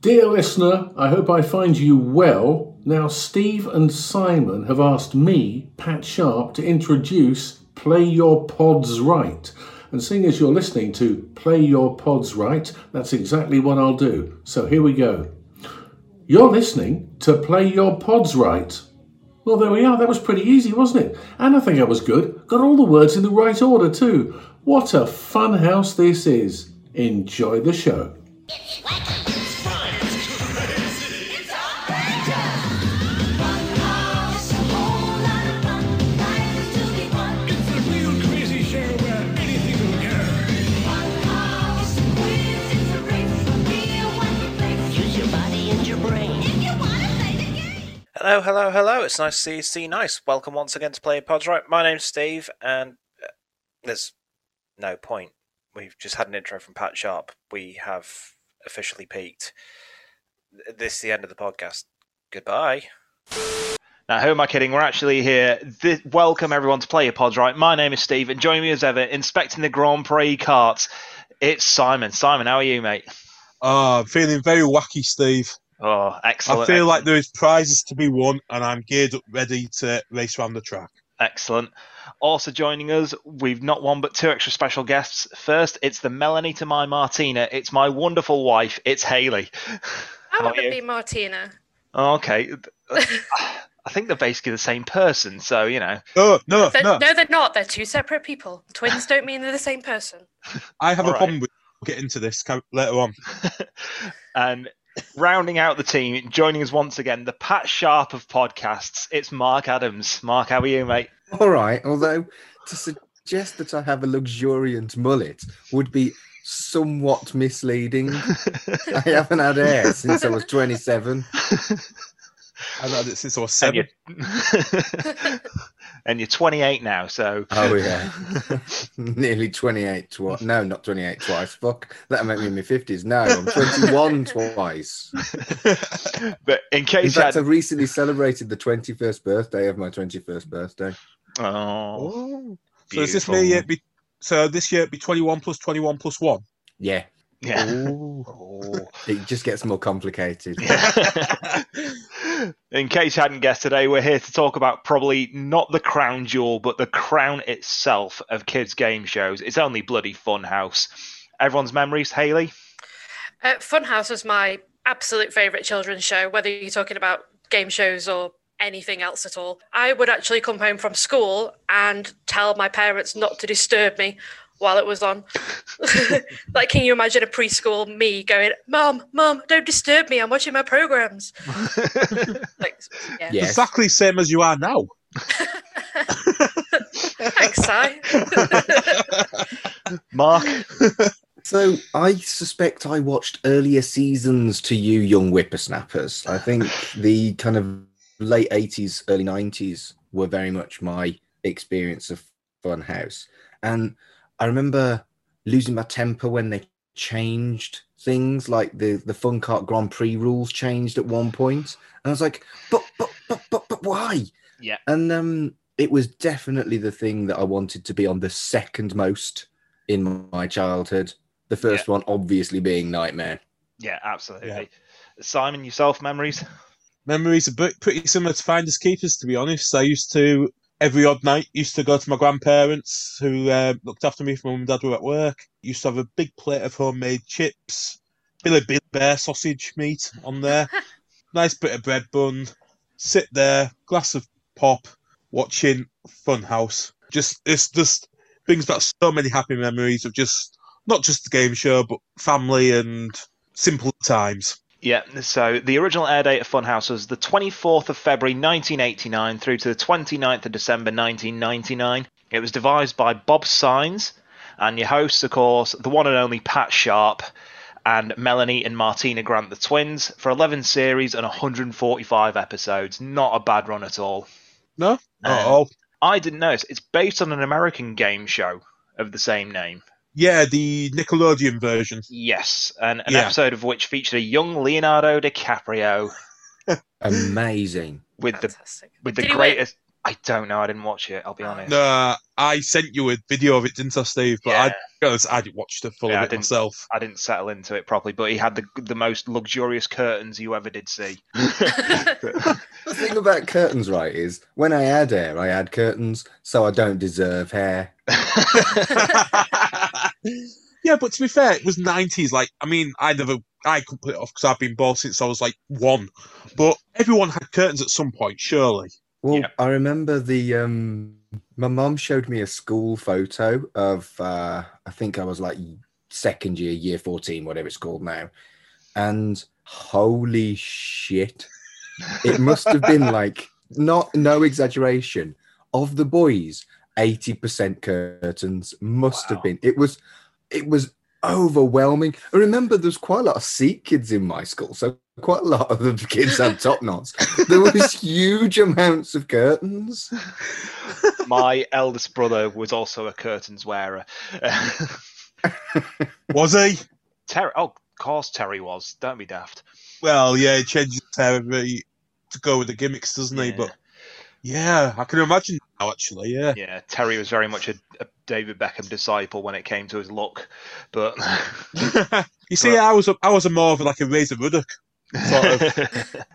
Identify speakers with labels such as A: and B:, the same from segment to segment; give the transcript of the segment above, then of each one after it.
A: Dear listener, I hope I find you well. Now, Steve and Simon have asked me, Pat Sharp, to introduce Play Your Pods Right. And seeing as you're listening to Play Your Pods Right, that's exactly what I'll do. So here we go. You're listening to Play Your Pods Right. Well, there we are. That was pretty easy, wasn't it? And I think that was good. Got all the words in the right order, too. What a fun house this is. Enjoy the show.
B: Hello, hello, hello. It's nice to see you, see nice. Welcome once again to Play Pods Right. My name's Steve, and uh, there's no point. We've just had an intro from Pat Sharp. We have officially peaked. Th- This is the end of the podcast. Goodbye.
C: Now, who am I kidding? We're actually here. Th- welcome everyone to Player Pods, right? My name is Steve, and joining me as ever, inspecting the Grand Prix carts, it's Simon. Simon, how are you, mate?
D: Ah, I'm feeling very wacky, Steve.
C: Oh,
D: I
C: excellent.
D: feel like there is prizes to be won, and I'm geared up, ready to race around the track.
C: excellent. Also joining us, we've not one but two extra special guests. First, it's the Melanie to my Martina. It's my wonderful wife. It's Haley.
E: I
C: How about
E: want to
C: you?
E: be Martina.
C: Oh, okay. I think they're basically the same person, so you know.
D: No, no,
E: They're-
D: no.
E: they're not. They're two separate people. Twins don't mean they're the same person.
D: I have a
C: All right.
D: problem with. We'll get into this ca- later on.
C: and rounding out the team, joining us once again, the Pat Sharp of podcasts. It's Mark Adams. Mark, how are you, mate?
F: All right, although to suggest that I have a luxuriant mullet would be somewhat misleading. I haven't had hair since I was 27.
D: I've had it since I was
C: And
D: seven.
C: you're, and you're 28 now, so
F: Oh, yeah. Nearly 28 twice. No, not 28 twice. Fuck. That'll make me in my 50s. No, I'm 21 twice.
C: but in
F: In
C: case you
F: fact,
C: had,
F: I recently celebrated the 21st birthday of my 21st birthday.
C: oh,
D: Oh. So is this
C: beautiful.
D: me? Year be, so this year it'd be 21 plus 21 plus one.
F: Yeah,
C: Yeah.
F: it just gets more complicated.
C: In case you hadn't guessed today, we're here to talk about probably not the crown jewel, but the crown itself of kids' game shows. It's only bloody fun house. Everyone's memories, Haley?
E: Uh, Funhouse was my absolute favourite children's show, whether you're talking about game shows or anything else at all. I would actually come home from school and tell my parents not to disturb me while it was on. like, can you imagine a preschool me going, Mom, Mom, don't disturb me. I'm watching my programmes. Like, yeah.
F: Yes.
D: Exactly same as you are now.
E: Thanks, Si.
C: Mark?
F: So I suspect I watched earlier seasons to you, young whippersnappers. I think the kind of late eighties, early nineties were very much my experience of Funhouse, and I remember losing my temper when they changed things, like the the Fun Kart Grand Prix rules changed at one point, and I was like, but but but but but why?
C: Yeah.
F: and um, it was definitely the thing that I wanted to be on the second most in my childhood. The first one obviously being Nightmare.
C: Yeah, absolutely. Simon, yourself, memories?
D: Memories are bit- pretty similar to Finders Keepers, to be honest. I used to every odd night used to go to my grandparents who uh, looked after me if my mum and dad were at work. Used to have a big plate of homemade chips, Billy Billy Bear sausage meat on there, nice bit of bread bun. Sit there, glass of pop, watching Funhouse. Just it's just brings back so many happy memories of just not just the game show, but family and simple times.
C: Yeah, so the original air date of Funhouse was the 24th of February 1989 through to the 29th of December 1999. It was devised by Bob Sines, and your hosts, of course, the one and only Pat Sharp and Melanie and Martina Grant, the twins, for 11 series and 145 episodes. Not a bad run at all.
D: Not
C: Um,
D: all
C: I didn't know this. It's based on an American game show of the same name.
D: Yeah, the Nickelodeon version.
C: Yes, and an
D: Yeah.
C: episode of which featured a young Leonardo DiCaprio
F: Amazing.
C: with the
E: Fantastic.
C: with the
E: Did he win?
C: greatest. I don't know. I didn't watch it. I'll be honest.
D: No, I sent you a video of it, didn't I, Steve? But
C: yeah,
D: I because I didn't watch the full
C: Yeah, I
D: of it
C: didn't.
D: myself.
C: I didn't settle into it properly, but he had the the most luxurious curtains you ever did see.
F: The thing about curtains, right, is when I add hair, I add curtains, so I don't deserve hair.
D: yeah, but to be fair, it was nineties. Like, I mean, I never, I couldn't put it off because I've been bald since I was like one. But everyone had curtains at some point, surely.
F: Well,
C: Yeah.
F: I remember the um my mum showed me a school photo of uh I think I was like second year, year 14, whatever it's called now. And holy shit. It must have been like not no exaggeration. Of the boys, 80% curtains must
C: Wow.
F: have been. It was it was overwhelming. I remember there's quite a lot of Sikh kids in my school, so quite a lot of the kids had top knots. There was huge amounts of curtains.
C: My eldest brother was also a curtains wearer.
D: Was he?
C: Terry, oh, of course Terry was. Don't be daft.
D: Well, yeah, he changes his hair every to go with the gimmicks, doesn't he?
C: Yeah.
D: But yeah, I can imagine now. Actually, yeah.
C: Yeah, Terry was very much a, a David Beckham disciple when it came to his look, but
D: you see, I was a, I was a more of like a Razor Ruddock. Sort of.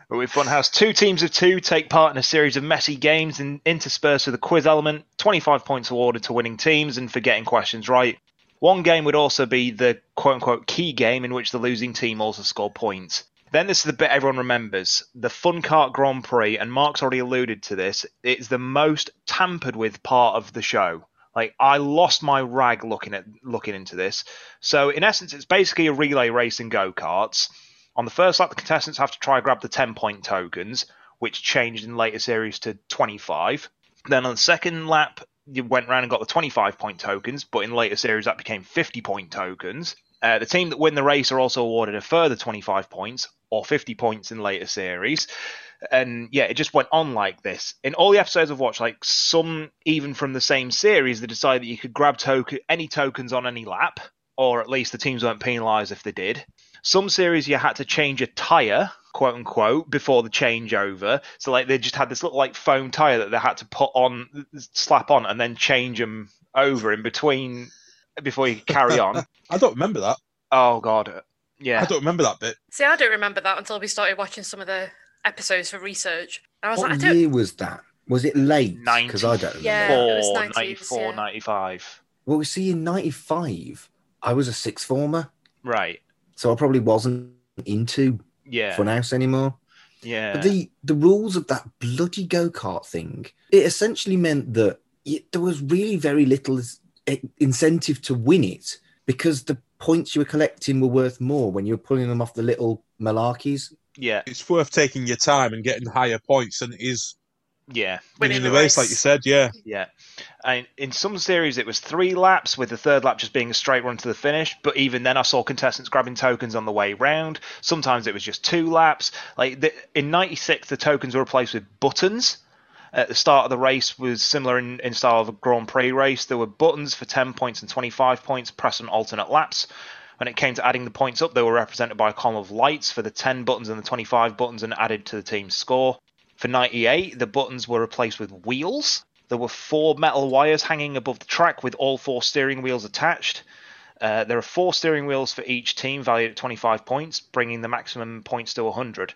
C: But with Funhouse, two teams of two take part in a series of messy games and interspersed with a quiz element. 25 points awarded to winning teams and for getting questions right. One game would also be the quote unquote key game in which the losing team also scored points. Then this is the bit everyone remembers the Fun Kart Grand Prix, and Mark's already alluded to this. It's the most tampered with part of the show. Like I lost my rag looking at looking into this. So in essence, it's basically a relay race in go karts. On the first lap, the contestants have to try and grab the 10 point tokens, which changed in later series to 25. Then on the second lap, you went round and got the 25 point tokens, but in later series, that became 50 point tokens. Uh, the team that win the race are also awarded a further 25 points or 50 points in later series. And yeah, it just went on like this. In all the episodes I've watched, like some even from the same series, they decided that you could grab token any tokens on any lap, or at least the teams weren't penalised if they did. Some series you had to change a tire, quote unquote, before the changeover. So like they just had this little like foam tire that they had to put on, slap on, and then change them over in between before you could carry on.
D: I don't remember that.
C: oh god,
D: I
C: yeah.
D: don't remember that bit.
E: See, I don't remember that until we started watching some of the episodes for research. And I was
F: What
E: like, I don't.
F: year was that? Was it late? Because I don't remember.
E: Yeah. it was
C: 94,
E: 90s,
C: 94,
E: yeah.
C: 95.
F: Well, we see in '95, I was a sixth former,
C: Right.
F: so I probably wasn't into
C: Yeah.
F: Fun Funhouse anymore.
C: Yeah.
F: But the the rules of that bloody go kart thing, it essentially meant that y there was really very little s- i- incentive to win it because the points you were collecting were worth more when you were pulling them off the little malarkeys.
C: yeah.
D: It's worth taking your time and getting higher points than it is
C: Yeah.
D: winning the race, like you said. Yeah.
C: Yeah. And in some series, it was three laps, with the third lap just being a straight run to the finish. But even then, I saw contestants grabbing tokens on the way round. Sometimes it was just two laps. Like the, in '96, the tokens were replaced with buttons. At the start of the race was similar in, in style of a Grand Prix race. There were buttons for 10 points and 25 points, press on alternate laps. When it came to adding the points up, they were represented by a column of lights for the 10 buttons and the 25 buttons and added to the team's score. For 98, the buttons were replaced with wheels. There were four metal wires hanging above the track with all four steering wheels attached. Uh, there are four steering wheels for each team, valued at 25 points, bringing the maximum points to 100.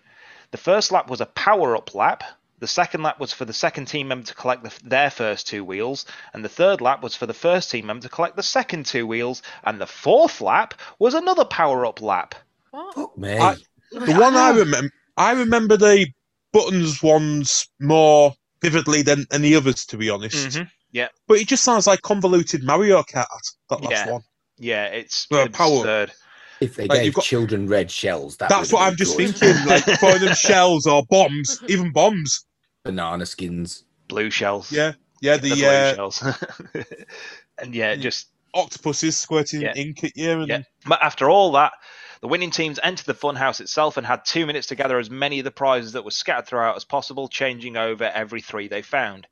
C: The first lap was a power up lap. The second lap was for the second team member to collect the, their first two wheels, and the third lap was for the first team member to collect the second two wheels, and the fourth lap was another power up lap.
E: What?
F: Fuck me.
D: I- The one I remember, I remember the buttons ones more vividly than any others, to be honest.
C: Mm-hmm.
D: But it just sounds like convoluted Mario Kart. That last
C: Yeah.
D: one.
C: Yeah, it's
D: Well, power up.
C: absurd.
F: if they
D: Like, you've
F: gave
D: got-
F: children red shells, that
D: That's
F: would
D: what
F: have
D: I'm
F: been
D: just
F: good.
D: thinking. Like throwing them shells or bombs, even bombs.
F: Banana skins.
C: Blue shells.
D: Yeah, yeah.
C: the,
D: The,
C: blue
D: uh,
C: shells. and yeah, just
D: octopuses squirting
C: Yeah.
D: ink at you, and
C: Yeah. But after all that, the winning teams entered the funhouse itself and had two minutes to gather as many of the prizes that were scattered throughout as possible, changing over every three they found.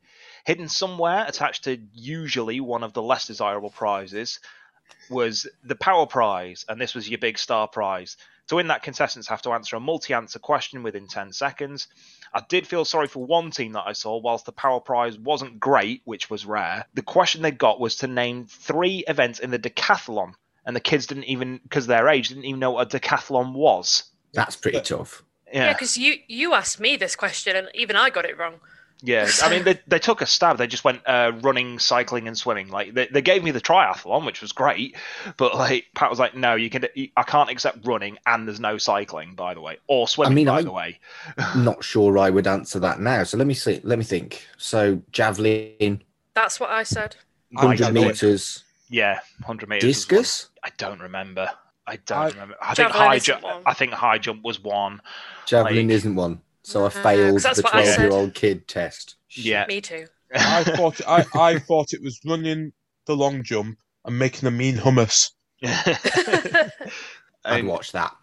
C: Hidden somewhere, attached to usually one of the less desirable prizes, was the power prize, and this was your big star prize. To win that, contestants have to answer a multi answer question within 10 seconds. I did feel sorry for one team that I saw, whilst the power prize wasn't great, which was rare. The question they got was to name three events in the decathlon, and the kids didn't even, because their age, didn't even know what a decathlon was.
F: That's pretty
D: But-
F: tough.
E: Yeah, because you you asked me this question and even I got it wrong.
C: Yeah, I mean, they, they took a stab. They just went uh, running, cycling, and swimming. Like they, they gave me the triathlon, which was great, but like Pat was like, "No, you can. I can't accept running, and there's no cycling, by the way, or swimming,
F: mean,
C: by
F: I-
C: the way."
F: Not sure I would answer that now. So let me see. Let me think. So javelin,
E: That's what I said.
C: I
F: hundred
C: don't know.
F: meters,
C: Yeah, hundred meters. was one.
F: discus.
C: I don't remember. I don't
D: I-
C: remember. I think
E: Javelin
C: high
E: isn't
C: jump.
E: one.
C: I think high jump was one.
F: Javelin
C: Like-
F: isn't one. So I
E: No, Uh, 'cause
F: failed
E: that's
F: the
E: what I said.
F: 12 year old kid test.
C: Yeah.
E: Me too.
D: I thought I, I thought it was running the long jump and making a mean hummus.
F: I'd
C: Um,
F: watch that.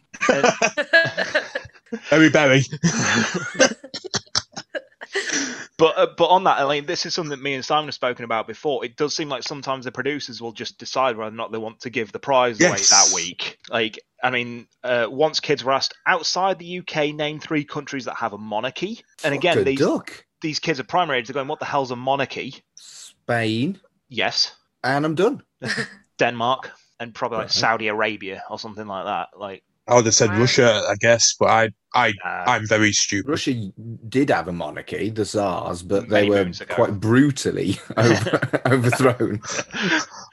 D: Very berry.
C: But uh, but on that, Elaine, this is something that me and Simon have spoken about before. It does seem like sometimes the producers will just decide whether or not they want to give the prize
D: Yes.
C: away that week. Like, I mean, uh, once kids were asked outside the UK, name three countries that have a monarchy, and again,
F: Fuck a
C: these
F: duck.
C: these kids at primary age, they're going, "What the hell's a monarchy?"
F: Spain,
C: Yes,
F: and I'm done.
C: Denmark, and probably like
F: Right.
C: Saudi Arabia or something like that. Like,
D: I would have said
E: Wow.
D: Russia, I guess, but I I
C: uh,
D: I'm very stupid.
F: Russia did have a monarchy, the Tsars, but they
C: Many
F: were
C: moons ago.
F: quite brutally over, overthrown.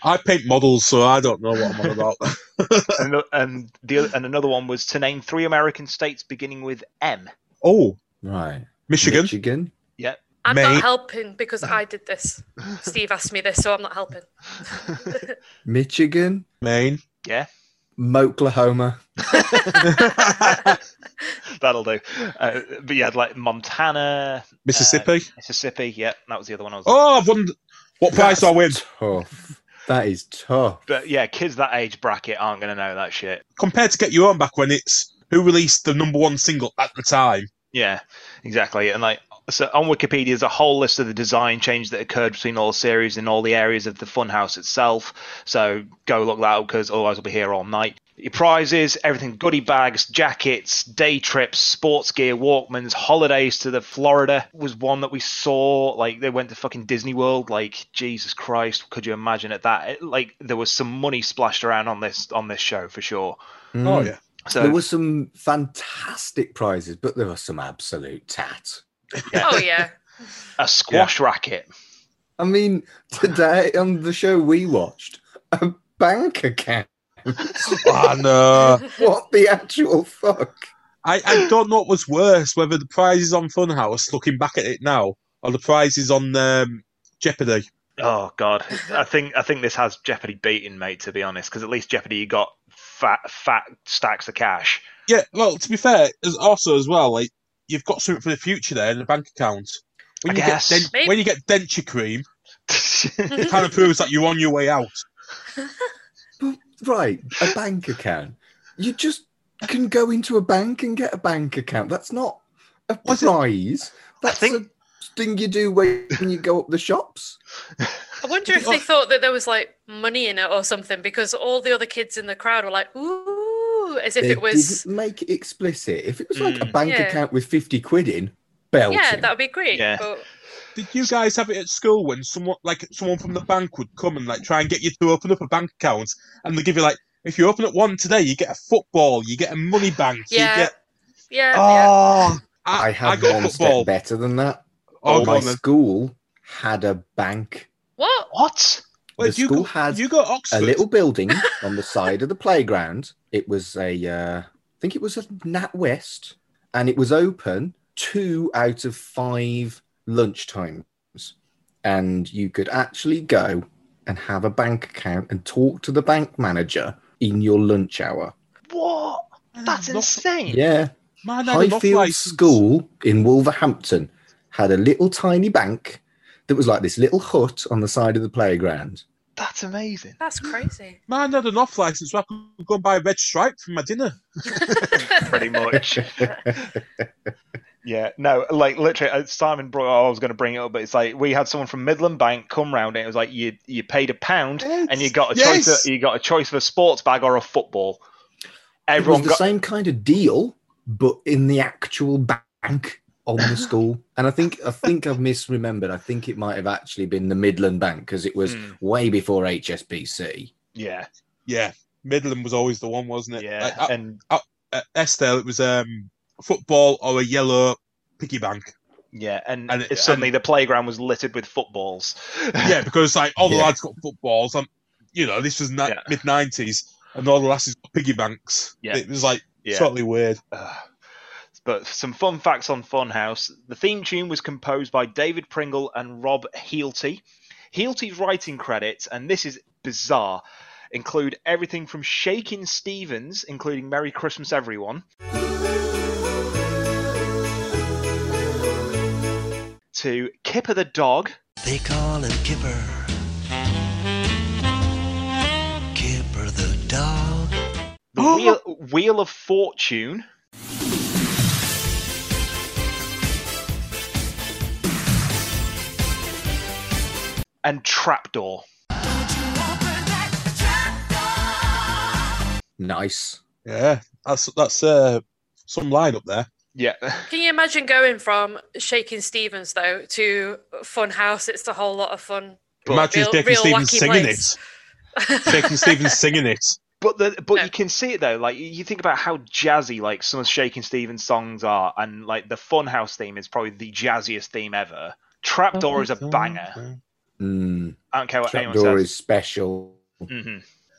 D: I paint models, so I don't know what I'm on about.
C: and, the- and the oth- and another one was to name three American states beginning with M.
D: oh,
F: Right.
D: Michigan.
F: Michigan.
E: I'm
D: Mate.
E: not helping because I did this. Steve asked me this, so I'm not helping.
F: Michigan.
D: Maine.
C: Yeah.
F: Oklahoma.
C: That'll do. Uh, but yeah, like Montana,
D: Mississippi.
C: Uh, Mississippi. Yeah, that was the other one I was.
D: oh, I've won. What prize do I win?
F: Tough. That is tough.
C: But yeah, kids that age bracket aren't going to know that shit.
D: Compared to Get Your Own Back when it's who released the number one single at the time.
C: Yeah, exactly. And like, so on Wikipedia, there's a whole list of the design change that occurred between all series and all the areas of the Funhouse itself. So go look that up because otherwise we'll be here all night. Your prizes, everything goodie bags, jackets, day trips, sports gear, Walkmans, holidays to the Florida was one that we saw. Like, they went to fucking Disney World. Like, Jesus Christ, could you imagine at that? It- like, there was some money splashed around on this on this show for sure.
D: Oh
F: Mm.
D: yeah.
C: So
F: There were some fantastic prizes, but there were some absolute tat.
E: Oh yeah.
C: a squash racket.
F: I mean, today on the show we watched, a bank account.
D: Oh, no.
F: What the actual fuck?
D: I, I don't know what was worse, whether the prize is on Funhouse, looking back at it now, or the prize is on um, Jeopardy.
C: Oh God, I think I think this has Jeopardy beaten, mate. To be honest, because at least Jeopardy you got fat fat stacks of cash.
D: Yeah, well, to be fair, as also as well, like you've got something for the future there in the bank account. When
C: I
D: you
C: guess.
D: get dent-
E: Maybe-
D: when you get denture cream, it kind of proves that you're on your way out.
F: Right, a bank account. You just can go into a bank and get a bank account. That's not a
D: Was it-
F: prize. That's
C: think-
F: a thing you do when you go up the shops.
E: I wonder if they thought that there was like money in it or something because all the other kids in the crowd were like, ooh, as if
F: They
E: it was. Hmm,
F: didn't make it explicit. If it was like a
C: Mm.
F: bank
E: Yeah.
F: account with fifty quid in, belting.
E: Yeah, that would be great.
C: Yeah.
E: But
D: Did you guys have it at school when someone like someone from the bank would come and like try and get you to open up a bank account, and they give you like if you open up one today, you get a football, you get a money bank,
E: yeah,
D: you get
E: yeah, yeah.
D: oh,
F: I
D: I
F: have
D: got
F: one
D: a football.
F: step better than that.
D: Oh, go
F: My
D: on then.
F: school had a bank.
E: What?
C: What?
D: Wait,
F: the
D: you
F: school
D: go,
F: had
D: you go to Oxford.
F: a little building on the side of the playground. It was a, uh, I think it was a Nat West, and it was open two out of five lunchtimes, and you could actually go and have a bank account and talk to the bank manager in your lunch hour.
C: What? That's
D: Not-
C: insane.
F: Yeah,
D: Man, I had enough
F: Highfield
D: license.
F: School in Wolverhampton had a little tiny bank that was like this little hut on the side of the playground.
C: That's amazing.
E: That's crazy.
D: Man, I had enough license so I could go and buy a red stripe for my dinner.
C: Pretty much. yeah. No, like literally, uh, Simon brought. I was going to bring it up, but it's like we had someone from Midland Bank come round, and it was like you you paid a pound, and you got a choice.
D: Yes.
C: Of, you got a choice of a sports bag or a football. Everyone
F: it was
C: got
F: the same kind of deal, but in the actual bank on the school. and I think I think I've misremembered. I think it might have actually been the Midland Bank because it was
C: Mm.
F: way before HSBC.
C: yeah,
D: Yeah, Midland was always the one, wasn't it?
C: yeah,
D: Like, at,
C: and
D: at Estelle, it was um, football or a yellow piggy bank.
C: yeah, and,
D: and it-
C: suddenly the playground was littered with footballs.
D: Yeah, because like all the
F: Yeah.
D: lads got footballs. And, you know, this was ni-
C: Yeah.
D: mid nineties, and all the lasses got piggy banks.
C: Yeah.
D: It was like
C: yeah.
D: totally weird.
C: Ugh. But some fun facts on Funhouse. The theme tune was composed by David Pringle and Rob Healty. Healty's writing credits, and this is bizarre, include everything from Shaking Stevens, including Merry Christmas Everyone, to Kipper the Dog,
G: They call him Kipper. Kipper the dog.
C: The
F: Oh.
C: Wheel, Wheel of Fortune, and Trapdoor.
F: Nice.
D: Yeah, that's that's uh, some line up there.
C: Yeah.
E: Can you imagine going from Shaking Stevens though to Fun House? It's a whole lot of fun.
D: Imagine
E: real-
D: Shaking
E: real
D: Stevens
E: wacky
D: singing
E: place.
D: it. Shaking Stevens singing it.
C: But the, but
E: No.
C: you can see it though. Like you think about how jazzy like some of Shaking Stevens songs are, and like the Funhouse theme is probably the jazziest theme ever. Trapdoor is a banger.
F: Mm.
C: I don't care what
F: Oh, Trapdoor
C: anyone
F: is special.
C: says. hmm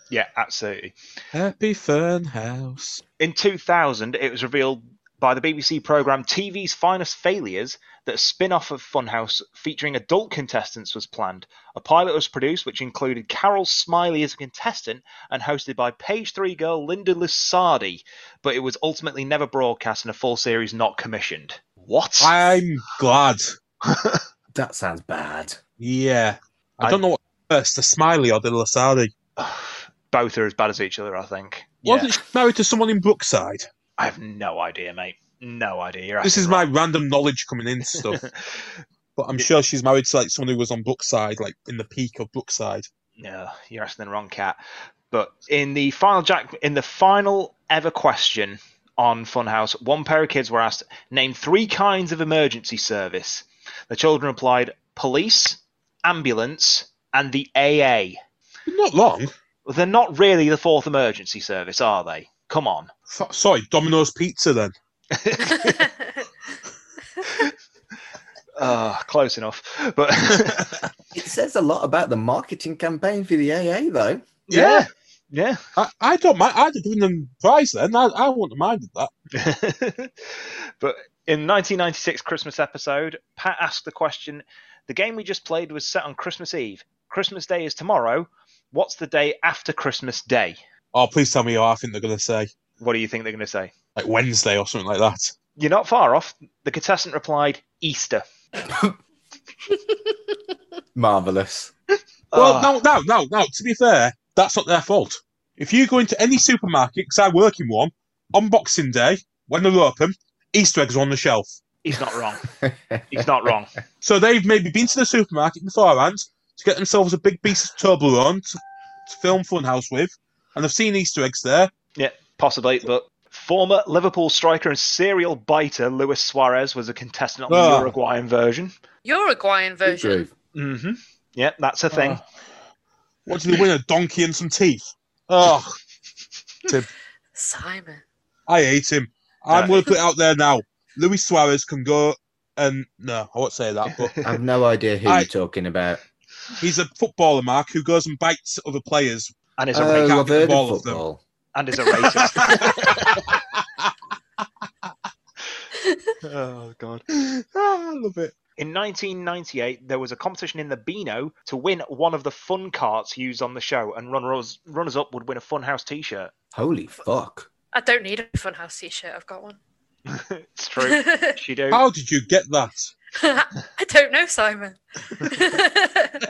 C: Yeah, absolutely.
D: Happy Fern House.
C: In 2000, it was revealed by the BBC programme TV's Finest Failures that a spin off of Funhouse featuring adult contestants was planned. A pilot was produced which included Carol Smiley as a contestant and hosted by page three girl Linda Lusardi, but it was ultimately never broadcast and a full series not commissioned. What?
D: I'm glad.
F: That sounds bad.
D: Yeah. I,
C: I-
D: don't know what first, the Smiley or the Lasardi.
C: Both are as bad as each other, I think. Yeah.
D: Wasn't she married to someone in Brookside?
C: I have no idea, mate. No idea. You're
D: This is
C: absolutely
D: my random knowledge coming in stuff.
C: right.
D: but I'm sure she's married to like someone who was on Brookside, like in the peak of Brookside.
C: No, you're asking the wrong cat. But in the final Jack, in the final ever question on Funhouse, one pair of kids were asked name three kinds of emergency service. The children replied police, ambulance, and the AA.
D: Not long.
C: They're not really the fourth emergency service, are they? Come on.
D: F- sorry, Domino's Pizza then.
C: Uh, close enough. But
F: It says a lot about the marketing campaign for the AA, though.
C: yeah, yeah.
D: I, I don't mind. I'd have given them the prize then. I, I wouldn't have minded that.
C: but in 1996 Christmas episode, Pat asked the question The game we just played was set on Christmas Eve. Christmas Day is tomorrow. What's the day after Christmas Day?
D: Oh, please tell me how I think they're going to say.
C: What do you think they're going to say?
D: Like Wednesday or something like that.
C: You're not far off. The contestant replied, Easter.
F: Marvelous.
D: Well,
C: Ah.
D: no, no, no, no. To be fair, that's not their fault. If you go into any supermarket, because I work in one, on Boxing Day, when they're open, Easter eggs are on the shelf.
C: He's not wrong. He's not wrong.
D: So they've maybe been to the supermarket beforehand to get themselves a big piece of Toblerone to, to film Funhouse with, and they've seen Easter eggs there.
C: Possibly, but former Liverpool striker and serial biter Luis Suarez was a contestant on the
D: Ah.
C: Uruguayan version.
E: Uruguayan version.
F: True.
C: Mm-hmm. Yeah, that's a thing.
D: Ah. What did they win? A donkey and some teeth. Oh,
E: Simon.
D: I hate him. I'm
C: Uh,
D: going to put it out there now. Luis Suarez can go and no, I won't say that, but
F: I've no idea who
D: I-
F: you're talking about.
D: he's a footballer, Mark, who goes and bites other players.
C: And is a
D: Uh,
C: ra-
F: Oh,
D: recap
F: I've
D: of
F: heard of
D: all of them.
F: football.
C: and is a racist.
D: Oh God, Ah, I love it.
C: In 1998, there was a competition in the Beano to win one of the fun carts used on the show, and runners runners up would win a Funhouse T-shirt.
F: Holy fuck.
E: I don't need a Funhouse t-shirt. I've got one.
C: it's true. she do.
D: How did you get that?
E: I don't know, Simon.
C: Haley-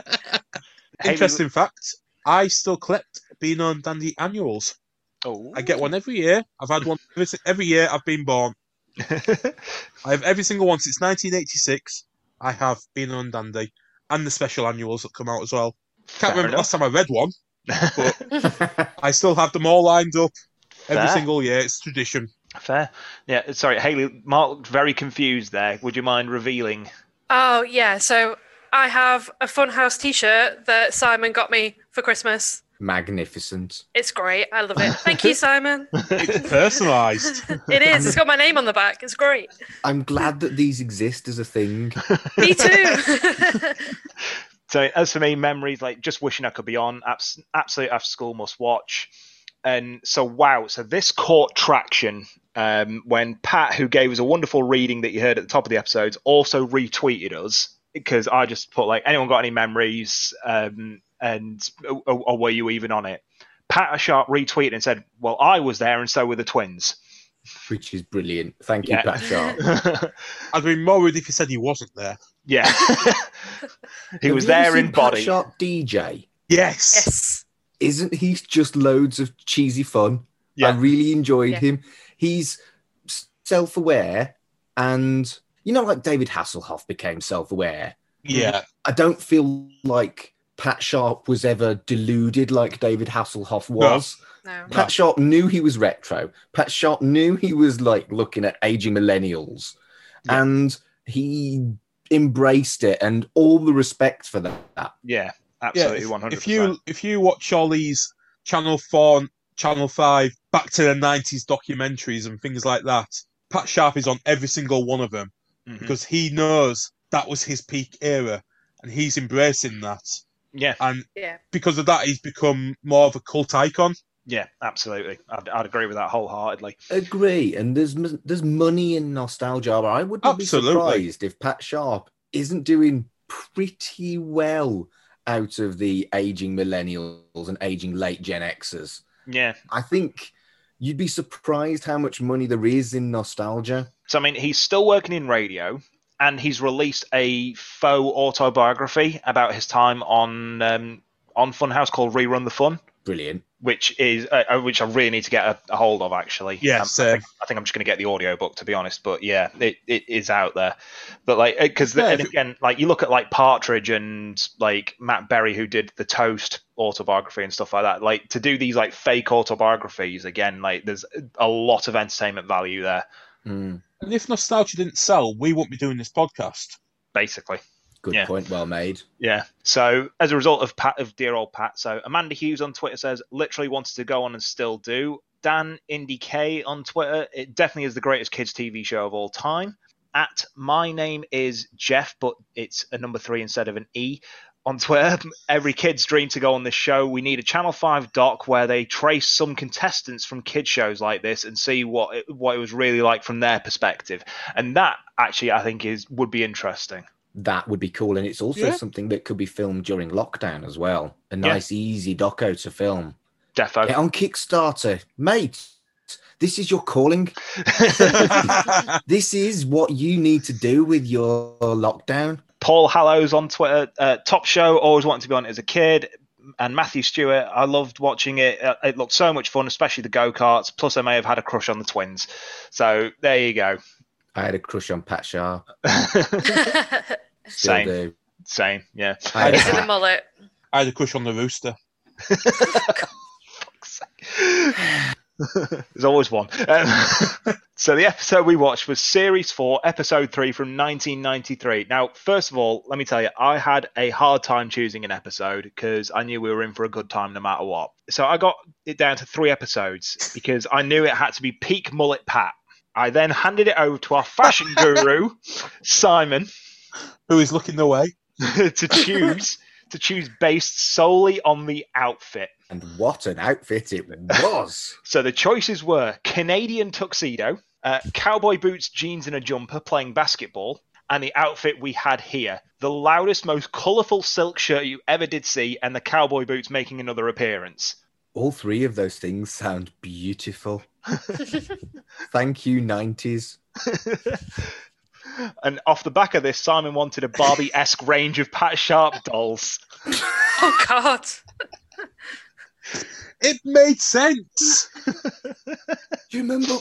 D: Interesting fact. I still collect Beano and Dandy annuals.
C: Oh.
D: I get one every year. I've had one every, si- every year I've been born. I have every single one since 1986. I have Beano and Dandy, and the special annuals that come out as well. Can't
C: Fair
D: remember the
C: enough.
D: last time I read one. I still have them all lined up. Every
C: Fair.
D: single year, it's tradition.
C: Fair. Yeah, sorry, Haley. Mark looked very confused there. Would you mind revealing?
E: Oh yeah, so I have a Funhouse T-shirt that Simon got me for Christmas.
F: Magnificent.
E: It's great. I love it. Thank you, Simon.
D: It's personalised.
E: It is. It's got my name on the back. It's great.
F: I'm glad that these exist as a thing.
E: Me too.
C: So as for me, memories like just wishing I could be on. Abs- absolute after school must watch. And so wow, so this caught traction um, when Pat, who gave us a wonderful reading that you heard at the top of the episodes, also retweeted us because I just put like anyone got any memories um, and or, or were you even on it? Pat Sharp retweeted and said, "Well, I was there, and so were the twins."
F: which is brilliant. Thank you,
C: Yeah.
F: Pat Sharp.
D: I'd be more worried if you said he wasn't there.
C: Yeah. he
F: Have
C: was
F: you ever
C: there
F: seen
C: in body.
F: Pat Sharp DJ.
D: Yes.
E: yes.
F: Isn't he just loads of cheesy fun?
C: Yeah.
F: I really enjoyed
E: Yeah.
F: him. He's s- self-aware, and you know, like David Hasselhoff became self-aware.
D: Yeah.
F: I don't feel like Pat Sharp was ever deluded like David Hasselhoff was.
E: No.
F: Pat Sharp knew he was retro. Pat Sharp knew he was like looking at aging millennials,
C: Yeah.
F: and he embraced it and all the respect for that.
C: Yeah,
D: Yeah.
C: absolutely,
D: if-
C: one hundred
D: If
C: percent.
D: you if you watch all these Channel Four, and Channel Five, back to the nineties documentaries and things like that, Pat Sharp is on every single one of them
C: Mm-hmm.
D: because he knows that was his peak era, and he's embracing that.
C: Yeah,
D: And
E: Yeah.
D: because of that, he's become more of a cult icon.
C: yeah, absolutely. I'd, I'd agree with that wholeheartedly.
F: Agree, and there's mon- there's money in nostalgia. I wouldn't
D: Absolutely.
F: be surprised if Pat Sharp isn't doing pretty well out of the aging millennials and aging late Gen Xers.
C: Yeah.
F: I think you'd be surprised how much money there is in nostalgia.
C: So I mean, he's still working in radio, and he's released a faux autobiography about his time on um, on Funhouse called Rerun the Fun,
F: Brilliant.
C: which is uh, uh, which I really need to get a, a hold of actually.
D: Yeah,
C: Um, I,
D: same.
C: think, I think I'm just going to get the audiobook to be honest, but yeah, it, it is out there. But like, because
D: Yeah,
C: and
D: if-
C: again, like you look at like Partridge and like Matt Berry who did the Toast autobiography and stuff like that. Like to do these like fake autobiographies again, like there's a lot of entertainment value there, Hmm.
F: Mm,
D: And if nostalgia didn't sell, we wouldn't be doing this podcast.
C: basically.
F: good
C: Yeah.
F: point. Well made.
C: Yeah. So as a result of Pat of dear old Pat, so Amanda Hughes on Twitter says literally wanted to go on and still do. Dan Indy K on Twitter, it definitely is the greatest kids TV show of all time. At my name is Jeff, but it's a number three instead of an E. On Twitter, every kid's dream to go on this show. We need a Channel Five doc where they trace some contestants from kids shows like this and see what it, what it was really like from their perspective. And that actually, I think, is would be interesting.
F: that would be cool. And it's also
D: Yeah.
F: something that could be filmed during lockdown as well. A
C: Yeah.
F: nice, easy doco to film.
C: Defo.
F: Get on Kickstarter, mate. This is your calling. This is what you need to do with your lockdown.
C: Paul Hallows on Twitter, uh, top show, always wanted to be on it as a kid. And Matthew Stewart, I loved watching it. Uh, It looked so much fun, especially the go karts. Plus, I may have had a crush on the twins. So there you go.
F: I had a crush on Pat Sharp. Still
C: Same.
F: do.
C: Same, yeah.
E: Because
F: I
E: of the
F: had that.
E: mullet.
D: I had a crush on the rooster.
C: There's always one. Um, so the episode we watched was Series 4, Episode 3 from 1993. Now, first of all, let me tell you, I had a hard time choosing an episode because I knew we were in for a good time no matter what. So I got it down to three episodes because I knew it had to be peak mullet Pat. I then handed it over to our fashion guru, Simon,
D: Who is looking the way?
C: to choose to choose based solely on the outfit.
F: And what an outfit it was.
C: So the choices were Canadian tuxedo, uh, cowboy boots, jeans, and a jumper playing basketball, and the outfit we had here the loudest, most colourful silk shirt you ever did see, and the cowboy boots making another appearance.
F: All three of those things sound beautiful. Thank you, 90s.
C: And off the back of this, Simon wanted a Barbie esque range of Pat Sharp dolls.
E: Oh God.
D: It made sense.
F: Do you remember?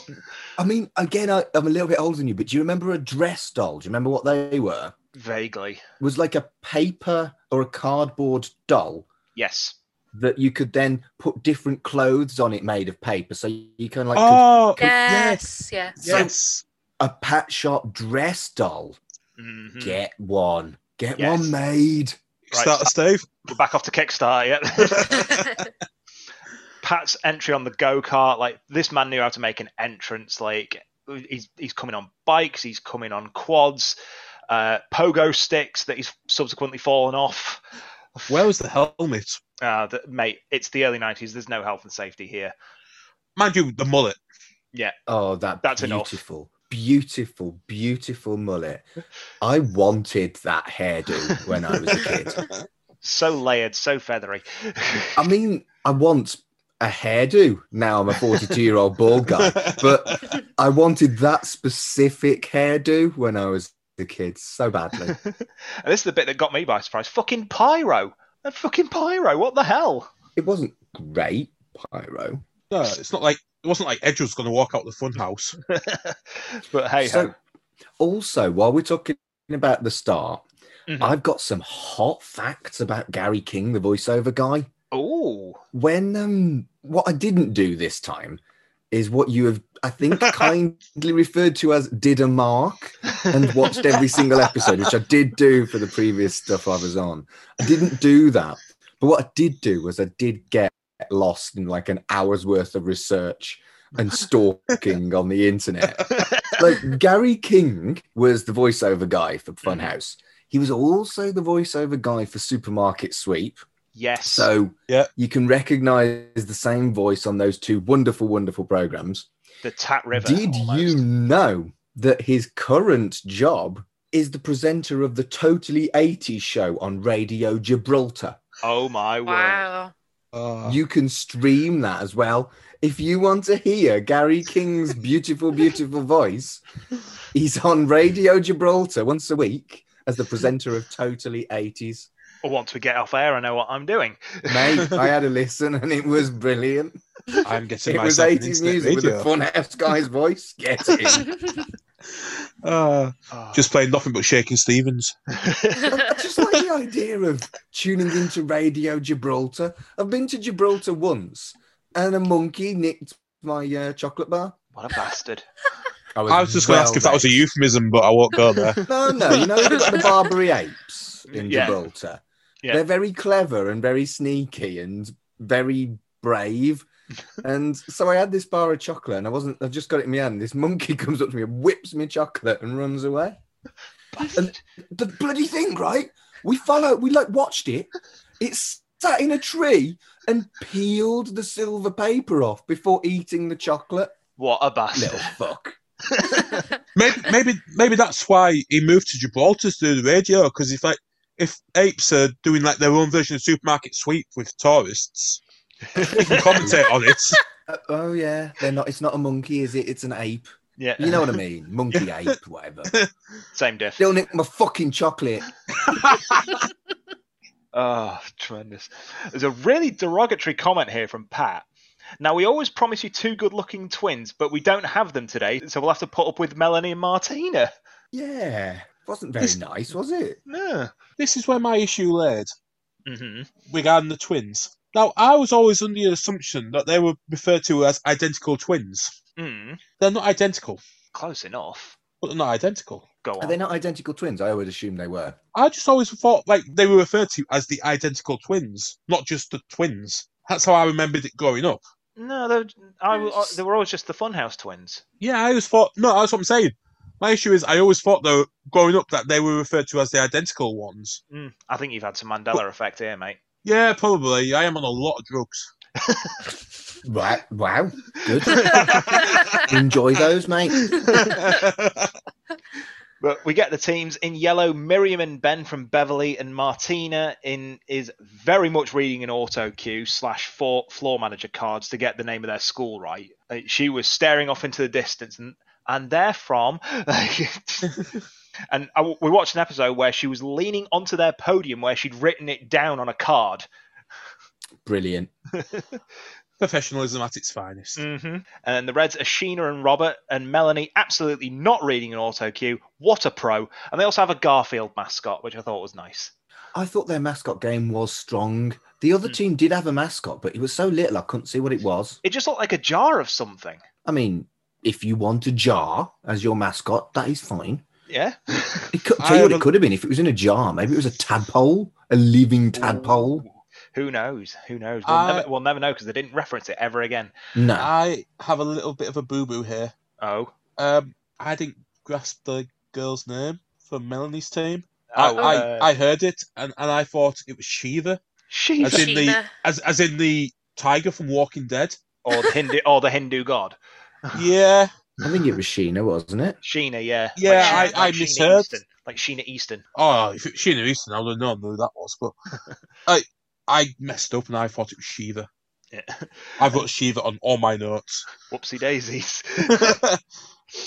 F: I mean, again, I, I'm a little bit older than you, but do you remember a dress doll? Do you remember what they were?
C: Vaguely.
F: was like a paper or a cardboard doll
C: Yes.
F: that you could then put different clothes on it made of paper. So you kind of like could-
D: oh, yes.
E: Yes, yeah.
F: So-
D: Yes.
F: a Pat Sharp dress doll.
C: Mhm.
F: Get one. Get
C: Yes.
F: one made.
C: Right.
D: Start Steve.
C: We're back off to Kickstarter. Yeah. Pat's entry on the go kart, like this man knew how to make an entrance. Like he's he's coming on bikes, he's coming on quads, uh, pogo sticks that he's subsequently fallen off.
D: Where was the helmet?
C: Uh, that, mate, it's the early nineties. There's no health and safety here.
D: Mind you, the mullet.
F: Oh, that
C: That's enough.
F: beautiful, beautiful, beautiful mullet. I wanted that hairdo when I was a kid.
C: So layered, so feathery.
F: I mean, I want a hairdo. Now I'm a 42 year old bald guy, but I wanted that specific hairdo when I was a kid so badly.
C: and this is the bit that got me by surprise. Fucking pyro. And fucking pyro. What the hell?
F: It wasn't great, Pyro.
D: No, it's not like it wasn't like Edge was going to walk out the funhouse.
C: but hey,
F: so, also, while we're talking about the star,
C: Mhm.
F: I've got some hot facts about Gary King, the voiceover guy.
C: oh,
F: when um what I didn't do this time is what you have I think kindly referred to as did a mark and watched every single episode, which I did do for the previous stuff I was on. I didn't do that. But what I did do was I did get lost in like an hour's worth of research and stalking on the internet like Gary King was the voiceover guy for Funhouse. He was also the voiceover guy for Supermarket Sweep.
C: yes.
F: So
D: Yeah.
F: you can recognize the same voice on those two wonderful, wonderful programs.
C: the Tat River.
F: Did you
C: almost.
F: know that his current job is the presenter of the Totally 80s show on Radio Gibraltar?
C: Oh my word.
E: wow.
C: Oh.
D: Uh,
F: You can stream that as well. If you want to hear Gary King's beautiful, beautiful voice, he's on Radio Gibraltar once a week as the presenter of Totally 80s.
C: Or Once we get off air, I know what I'm doing.
F: Mate, I had a listen and it was brilliant.
D: I'm getting
F: It was
D: myself an
F: 80s
D: internet
F: music with a
D: radio.
F: funhouse guy's voice. Get it.
D: Uh,
C: Oh.
D: just playing nothing but shaking Stevens.
F: I just like the idea of tuning into Radio Gibraltar. I've been to Gibraltar once and a monkey nicked my uh, chocolate bar.
C: what a bastard.
D: I was just going to
F: well
D: ask if that was a
F: raised.
D: euphemism, but I won't go there.
F: No, no, you know that the Barbary apes in
C: Yeah.
F: Gibraltar.
C: Yeah.
F: They're very clever and very sneaky and very brave. And so I had this bar of chocolate and I wasn't, I've just got it in my hand. This monkey comes up to me and whips me chocolate and runs away. And the bloody thing, right? We follow, we like watched it. It sat in a tree and peeled the silver paper off before eating the chocolate.
C: What a
F: Little
C: bastard.
F: fuck.
D: Maybe, maybe, maybe that's why he moved to Gibraltar to do the radio. Because if like, if apes are doing like their own version of supermarket sweep with tourists, they can commentate on it.
F: Uh, oh yeah, they're not. It's not a monkey, is it? It's an ape.
C: yeah.
F: You know what I mean? Monkey ape, whatever.
C: Same diff.
F: They'll nick my fucking chocolate.
C: Oh, tremendous. There's a really derogatory comment here from Pat. Now, we always promise you two good looking twins, but we don't have them today, so we'll have to put up with Melanie and Martina.
F: Yeah, wasn't very
D: It's-
F: nice, was it?
C: No.
D: This is where my issue laid
C: hmm
D: regarding the twins. Now, I was always under the assumption that they were referred to as identical twins.
C: Mm.
D: They're not identical,
C: Close enough.
D: but they're not identical.
C: Go
F: Are
C: on.
F: they not identical twins? I always assumed they were.
D: I just always thought like they were referred to as the identical twins, not just the twins. That's how I remembered it growing up.
C: No, they, I, w-
E: Yes.
C: they were always just the Funhouse twins.
D: Yeah, I always thought. No, that's what I'm saying. My issue is, I always thought though, growing up, that they were referred to as the identical ones.
C: Mm. I think you've had some Mandela effect here, mate.
D: Yeah, probably. I am on a lot of drugs.
F: Right. Wow. Good. Enjoy those, mate.
C: But we get the teams in yellow: Miriam and Ben from Beverly, and Martina in is very much reading an auto cue slash four floor manager cards to get the name of their school right. Uh, She was staring off into the distance, and and they're from. and I w we watched an episode where she was leaning onto their podium where she'd written it down on a card.
F: Brilliant.
D: Professionalism at its finest.
C: Mm-hmm. And the Reds are Sheena and Robert and Melanie absolutely not reading an auto cue. What a pro! And they also have a Garfield mascot, which I thought was nice.
F: I thought their mascot game was strong. The
C: Hmm.
F: other team did have a mascot, but it was so little I couldn't see what it was.
C: It just looked like a jar of something.
F: I mean, if you want a jar as your mascot, that is fine.
C: Yeah.
F: It could,
D: I
F: tell you
D: have
F: what it
D: a-
F: could have been if it was in a jar. Maybe it was a tadpole, a living tadpole.
C: Who knows? Who knows? We'll,
D: I-
C: never, we'll never know because they didn't reference it ever again. Ah.
F: No,
D: I have a little bit of a boo boo here.
C: Oh.
D: Um, I didn't grasp the girl's name from Melanie's team.
C: Oh,
D: I,
C: uh,
D: I, I heard it and, and I thought it was Shiva,
C: Shiva.
D: as in the
E: Shiva.
D: as as in the tiger from Walking Dead.
C: or the Hindu or the Hindu god.
D: Yeah,
F: I think it was Sheena, wasn't it?
C: Sheena, yeah.
D: Yeah,
C: Like Sheena-
D: I- I
C: Sheena
D: misheard.
C: Easton. Like Sheena Easton.
D: Oh, if it- Sheena Easton, I would have known who that was, but I I messed up and I thought it was Shiva.
C: Yeah.
D: I've got Shiva on all my notes.
C: Whoopsie daisies.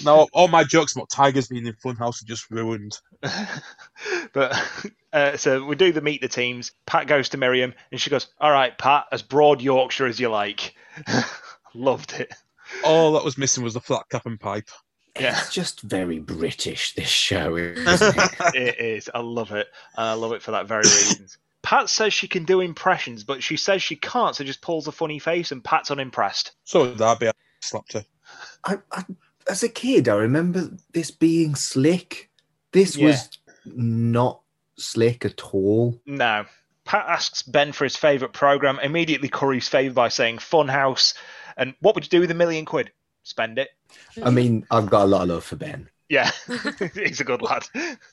D: now all my jokes about tigers being in Funhouse are just ruined.
C: but uh, so we do the meet the teams. Pat goes to Miriam and she goes, "All right, Pat, as broad Yorkshire as you like." Loved it.
D: All that was missing was the flat cap and pipe.
C: Yeah.
F: It's just very British, this show, isn't it?
C: it is. I love it. And I love it for that very reason. Pat says she can do impressions, but she says she can't, so just pulls a funny face, and Pat's unimpressed.
D: So that be I slapped her.
F: I, I, as a kid, I remember this being slick. This was not slick at all.
C: No. Pat asks Ben for his favourite programme, immediately curries favour by saying Funhouse, and what would you do with a million quid? Spend it.
F: I mean, I've got a lot of love for Ben.
C: Yeah, he's a good lad.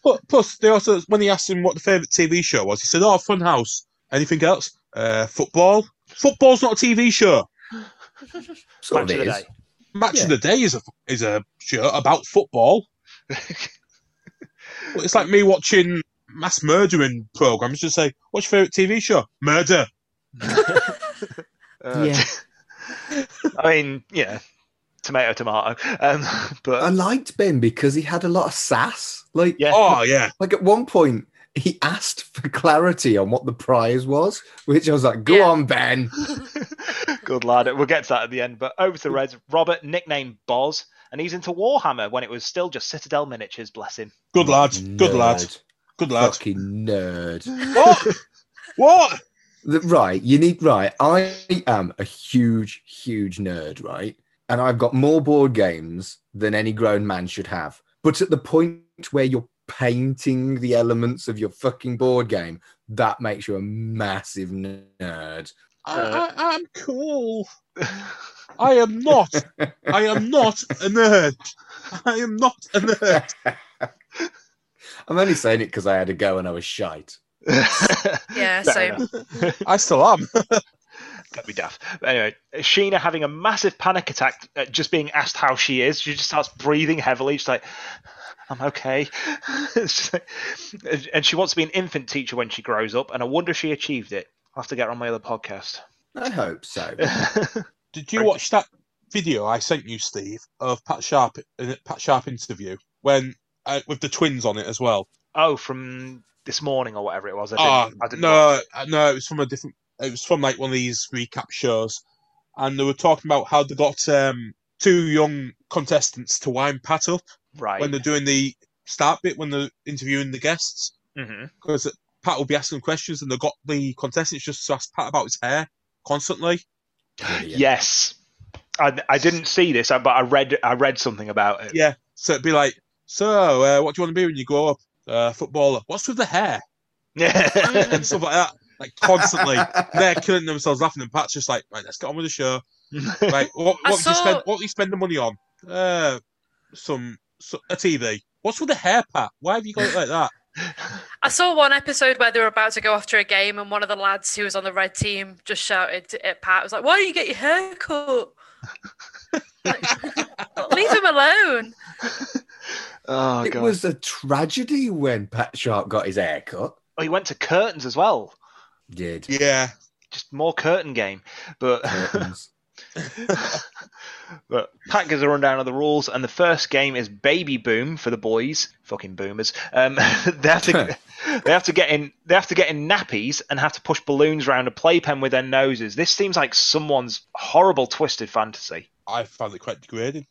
D: But plus, they also when he asked him what the favorite TV show was, he said, "Oh, Funhouse." Anything else? Uh, football. Football's not a TV show.
F: Sort
C: Match
F: of
C: of the
F: is.
C: day.
D: Match
F: Yeah.
D: of the Day is a is a show about football. Well, It's like me watching mass murdering programs. Just say, "What's your favorite TV show?" Murder.
C: Uh,
F: Yeah.
C: I mean, yeah, tomato, tomato. Um,
F: I
C: but
F: liked Ben because he had a lot of sass. Like,
C: yeah,
D: Oh yeah.
F: like at one point, he asked for clarity on what the prize was, which I was like, "Go
E: Yeah.
F: on, Ben."
C: good lad. We'll get to that at the end. But over to
D: Hmm.
C: the Reds. Robert, nicknamed Boz, and he's into Warhammer when it was still just Citadel miniatures. Bless him.
D: Good lad. Good lad.
F: Nerd.
D: Good lad.
F: Fucking nerd.
D: What? what?
F: The- right, you need right. I am a huge, huge nerd, right? And I've got more board games than any grown man should have. But at the point where you're painting the elements of your fucking board game, that makes you a massive nerd.
D: I,
C: Uh,
D: I, I'm cool. I am not. I am not a nerd. I am not a nerd.
F: I'm only saying it because I had a go and I was shite.
E: Yeah,
C: yeah,
E: same.
D: I still am.
C: That'd be daft. But anyway, Sheena having a massive panic attack at just being asked how she is. She just starts breathing heavily. She's like, I'm okay. It's just like- and she wants to be an infant teacher when she grows up, and I wonder if she achieved it. I'll have to get her on my other podcast.
F: I hope so.
D: Did you watch that video I sent you, Steve, of Pat Sharp in Pat Sharp interview when uh, with the twins on it as well?
C: oh, from this morning or whatever it was. I didn't,
D: Ah,
C: I didn't watch
D: no, uh, no, it was from a different. It was from like one of these recap shows, and they were talking about how they got um, two young contestants to wind Pat up
C: it. Right.
D: when they're doing the start bit when they're interviewing the guests
C: Mhm.
D: because Pat will be asking questions, and they got the contestants just to ask Pat about his hair constantly.
F: Brilliant.
C: Yes. I, I didn't see this, but I read I read something about it.
D: Yeah. So it'd be like, so uh, what do you want to be when you grow up? Uh, footballer. What's with the hair?
C: Yeah.
E: Mm.
D: And stuff like that. Like constantly. They're killing themselves laughing, and Pat's just like, right, let's get on with the show. Like, what,
E: I
D: what, do you
E: saw-
D: spend, what do you spend the money on? Uh, some, so- a TV. What's with the hair, Pat? Why have you got it like that?
E: I saw one episode where they were about to go after a game, and one of the lads who was on the red team just shouted to- at Pat, "Was like, why don't you get your hair cut? Like, Leave him alone."
C: oh
F: it was a tragedy when Pat Sharp got his hair cut.
C: Oh, he went to curtains as well.
F: Did.
D: Yeah.
C: Just more curtain game. But
F: Curtains.
C: but Pat gives a rundown of the rules, and the first game is baby boom for the boys. Fucking boomers. Um, they have to they have to get in they have to get in nappies and have to push balloons around a playpen with their noses. This seems like someone's horrible twisted fantasy.
D: I found it quite degrading.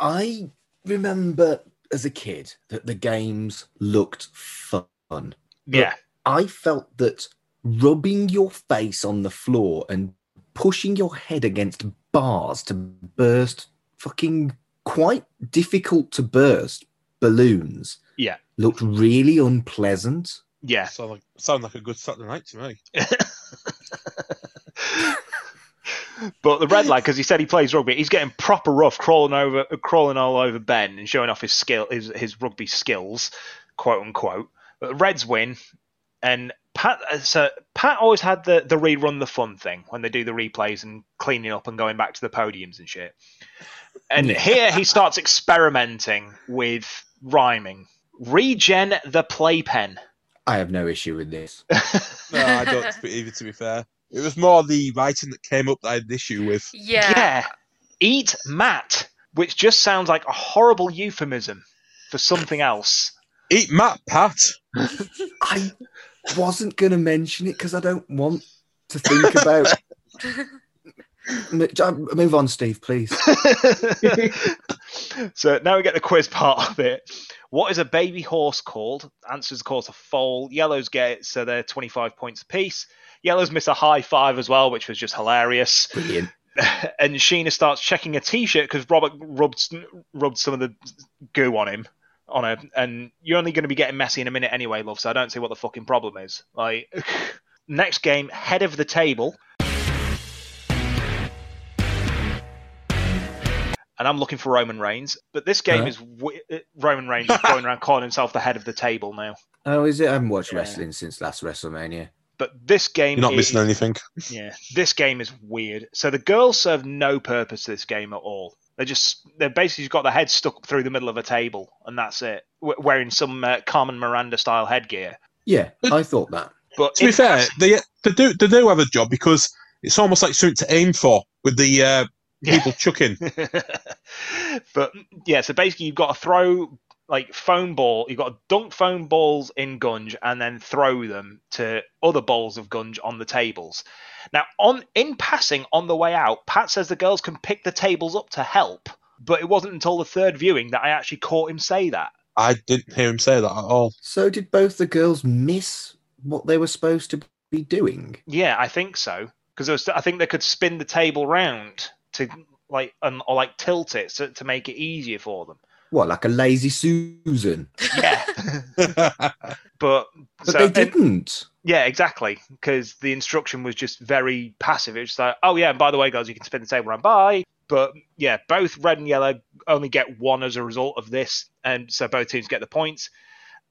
F: I remember as a kid that the games looked fun.
C: yeah.
F: I felt that rubbing your face on the floor and pushing your head against bars to burst fucking quite difficult to burst balloons.
C: Yeah.
F: Looked really unpleasant.
C: Yeah.
D: Sound like, sound like a good Saturday night to me.
C: but the red lad, because he said he plays rugby, he's getting proper rough, crawling over, crawling all over Ben and showing off his skill, his his rugby skills, quote unquote. But the Reds win, and Pat. uh, So Pat always had the the rerun the fun thing when they do the replays and cleaning up and going back to the podiums and shit. And
F: Yeah.
C: here he starts experimenting with rhyming. Regen the playpen.
F: I have no issue with this.
D: No, I don't to be- either, to be fair. It was more the writing that came up that I had an issue with.
E: Yeah.
C: Yeah. Eat mat, which just sounds like a horrible euphemism for something else.
D: Eat Matt, Pat.
F: I wasn't going to mention it because I don't want to think about. M- m- Move on, Steve, please.
C: so now we get the quiz part of it. What is a baby horse called? Answers, of course, a foal. Yellows get it, so they're 25 points apiece. Yellows miss a high five as well, which was just hilarious.
F: Brilliant.
C: and Sheena starts checking a T-shirt because Robert rubbed rubbed some of the goo on him on her, and you're only going to be getting messy in a minute anyway, love. So I don't see what the fucking problem is. Like next game, head of the table, and I'm looking for Roman Reigns, but this game
F: Huh?
C: is w- Roman Reigns is going around calling himself the head of the table now.
F: Oh, is it? I haven't watched
C: Yeah.
F: wrestling since last WrestleMania.
C: But this game
D: You're not missing
C: is-
D: anything.
C: yeah, this game is weird. So the girls serve no purpose to this game at all. They just they basically just got their heads stuck through the middle of a table, and that's it. W- wearing some uh, Carmen Miranda style headgear.
F: Yeah,
D: But-
F: I thought that.
C: But
D: To be
C: it-
D: fair, they, they do they do have a job because it's almost like something to aim for with the uh,
C: Yeah.
D: people chucking.
C: but yeah, so basically you've got to throw like foam ball. You've got to dunk foam balls in gunge and then throw them to other bowls of gunge on the tables. Now, on in passing on the way out, Pat says the girls can pick the tables up to help. But it wasn't until the third viewing that I actually caught him say that.
D: I didn't hear him say that at all.
F: So, did both the girls miss what they were supposed to be doing?
C: Yeah, I think so because I think they could spin the table round to like and or like tilt it so, to make it easier for them.
F: What, like a lazy Susan?
C: Yeah, but
F: But
C: so
F: they
C: and-
F: didn't.
C: Yeah, exactly. Because the instruction was just very passive. It was just like, oh yeah, and by the way, guys, you can spin the table around. Bye. But yeah, both red and yellow only get one as a result of this, and so both teams get the points.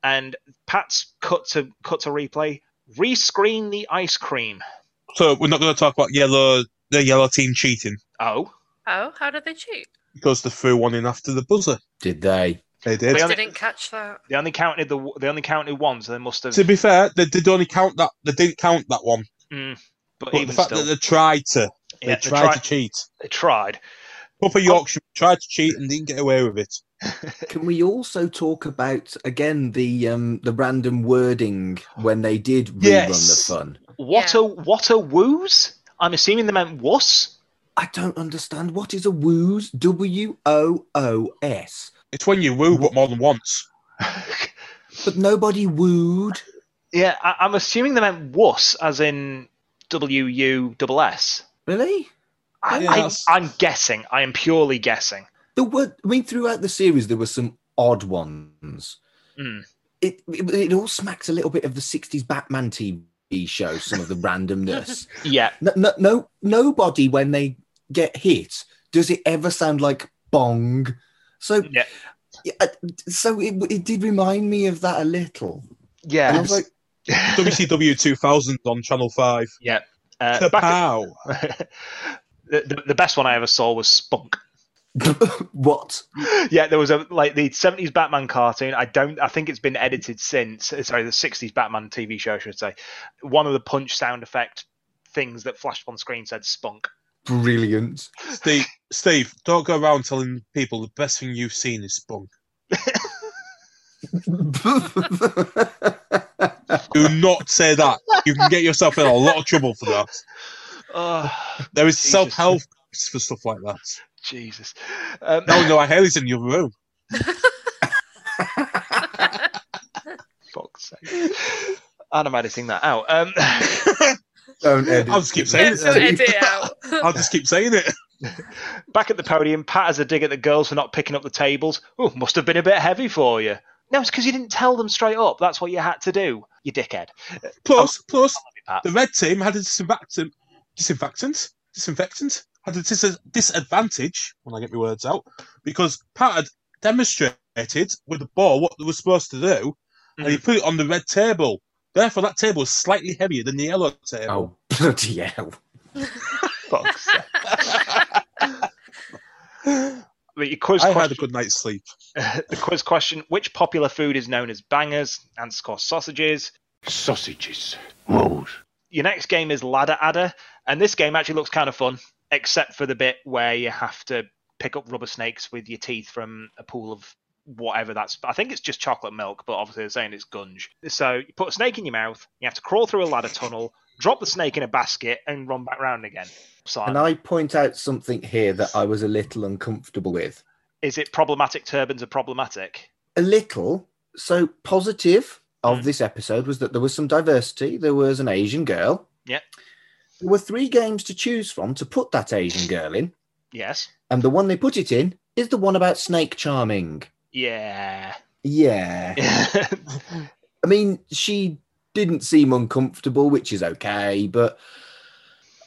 C: And Pat's cut to cut to replay. Rescreen the ice cream.
D: so we're not going to talk about yellow the yellow team cheating
C: Oh,
E: Oh, how did they cheat?
D: because they threw one in after the buzzer.
F: Did they?
D: They
C: They
D: did.
E: I
C: only-
E: didn't catch that.
C: they only counted the they only counted one, so they must have.
D: To be fair, they did only count that they didn't count that one.
C: Mm, but,
D: But
C: even
D: the fact
C: still,
D: that they tried to, they
C: yeah, they,
D: tried
C: tried,
D: to cheat.
C: they tried.
D: Proper Yorkshire tried to cheat and didn't get away with it.
F: Can we also talk about again the um the random wording when they did rerun
D: Yes.
F: the fun?
C: What
E: Yeah.
C: a what a woos! I'm assuming they meant wuss.
F: I don't understand. What is a woos? W O O S.
D: It's when you woo, but more than once.
F: But nobody wooed.
C: Yeah, I, I'm assuming they meant wuss, as in W U double S.
F: Really?
C: I,
D: Yeah,
C: I,
D: that's-
C: I'm guessing. I am purely guessing.
F: There were. I mean, throughout the series, there were some odd ones.
C: Hmm.
F: It, it it all smacks a little bit of the '60s Batman TV show. Some of the randomness.
C: Yeah,
F: no, no, no, nobody when they get hit does it ever sound like bong. So
C: yeah,
F: Yeah, uh, so it, it did remind me of that a little. And I
C: yeah.
F: was like,
D: WCW 2000 on Channel 5.
C: Uh, back
D: Kapow.
C: the, the, the best one I ever saw was Spunk.
F: what?
C: Yeah, there was a like the 70s Batman cartoon. I don't. I think it's been edited since. uh, Sorry, the 60s Batman TV show, I should say. One of the punch sound effect things that flashed on screen said Spunk.
F: Brilliant.
D: Steve, Steve, don't go around telling people the best thing you've seen is spunk. Do not say that. You can get yourself in a lot of trouble for that.
C: Oh,
D: There is
C: Jesus.
D: self help for stuff like that.
C: Jesus. Um,
D: No, no, I hear he's in your room.
C: fuck's sake. And I'm editing that out. Um,
F: Don't edit.
D: I'll just keep saying
E: Yeah,
D: it.
E: so edit it out.
D: I'll just keep saying it.
C: back at the podium, Pat has a dig at the girls for not picking up the tables. Oh, must have been a bit heavy for you. No, it's because you didn't tell them straight up. That's what you had to do, you dickhead.
D: Plus, plus,
C: Pat.
D: the red team had a disinfectant, disinfectant, disinfectant, had a dis- disadvantage when I get my words out because Pat had demonstrated with the ball what they were supposed to do, and he put it on the red table. Therefore, that table is slightly heavier than the yellow table.
F: Oh bloody hell!
C: Fuck's sake. But your quiz
D: I had a
C: question,
D: good night's sleep.
C: the quiz question: Which popular food is known as bangers? Answer: of course, sausages.
H: Sausages. Rolls.
C: Your next game is ladder adder, and this game actually looks kind of fun, except for the bit where you have to pick up rubber snakes with your teeth from a pool of whatever that's. I think it's just chocolate milk, but obviously they're saying it's gunge. So you put a snake in your mouth, you have to crawl through a ladder tunnel, drop the snake in a basket, and run back round again.
F: Can
C: Simon,
F: I point out something here that I was a little uncomfortable with?
C: is it problematic? Turbans are problematic.
F: a little. So positive of
C: Mm.
F: this episode was that there was some diversity. There was an Asian girl.
C: Yeah.
F: There were three games to choose from to put that Asian girl in,
C: Yes.
F: and the one they put it in is the one about snake charming.
C: Yeah.
F: Yeah. I mean, she didn't seem uncomfortable, which is okay, but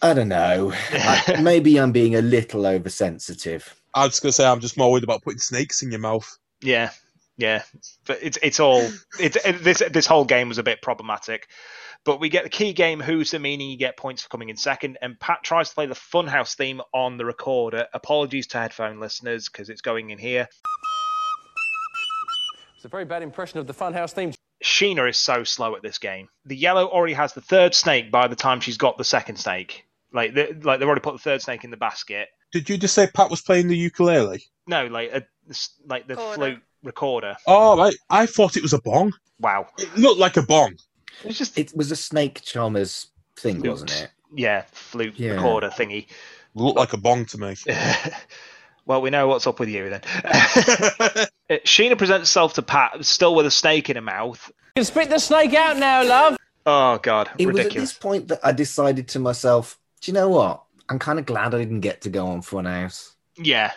F: I don't know. I- maybe I'm being a little oversensitive.
D: I was going to say, I'm just more worried about putting snakes in your mouth.
C: Yeah, yeah, but it's it's all it's it, this this whole game was a bit problematic, but we get the key game who's the meaning you get points for coming in second, and Pat tries to play the Funhouse theme on the recorder. Apologies to headphone listeners because it's going in here.
I: It's a very bad impression of the Funhouse theme.
C: Sheena is so slow at this game. The yellow already has the third snake by the time she's got the second snake. Like they, like they've already put the third snake in the basket.
D: Did you just say Pat was playing the ukulele?
C: No, like a, like the
E: Recorder.
C: flute recorder.
D: Oh, right. I thought it was a bong.
C: Wow,
D: It looked like a bong.
C: it's just
F: It was a snake charmer's thing,
C: Flute.
F: wasn't it?
C: yeah, flute
F: Yeah.
C: recorder thingy.
D: Looked like a bong to me.
C: well, we know what's up with you then. Uh, Sheena presents herself to Pat, still with a snake in her mouth.
I: You can spit the snake out now, love.
C: Oh God,
F: It was at
C: ridiculous!
F: this point that I decided to myself, do you know what? I'm kind of glad I didn't get to go on Funhouse.
C: Yeah,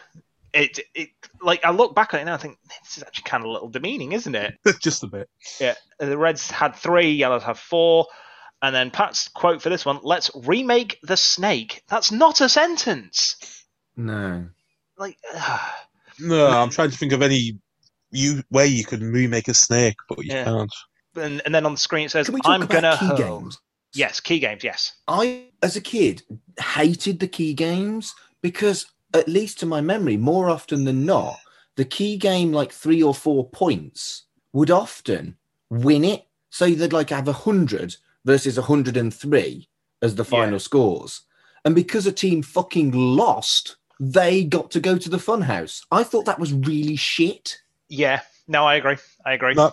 C: it it like I look back at it now, I think this is actually kind of a little demeaning, isn't it?
D: just a bit.
C: Yeah, the Reds had three, Yellows had four, and then Pat's quote for this one: "Let's remake the snake." That's not a sentence.
F: No.
C: Like,
D: No, I'm trying to think of any you way you can remake a snake, but you
C: Yeah.
D: can't.
C: and, and then on the screen it says,
F: Can we talk
C: "I'm gonna
F: about key
C: hurl."
F: games?
C: Yes, key games. Yes,
F: I, as a kid, hated the key games because, at least to my memory, more often than not, the key game, like three or four points, would often win it. So they'd like have 100 versus 103 as the final scores. And because a team fucking lost, they got to go to the funhouse. I thought that was really shit.
C: yeah. No, I agree. I agree.
D: No.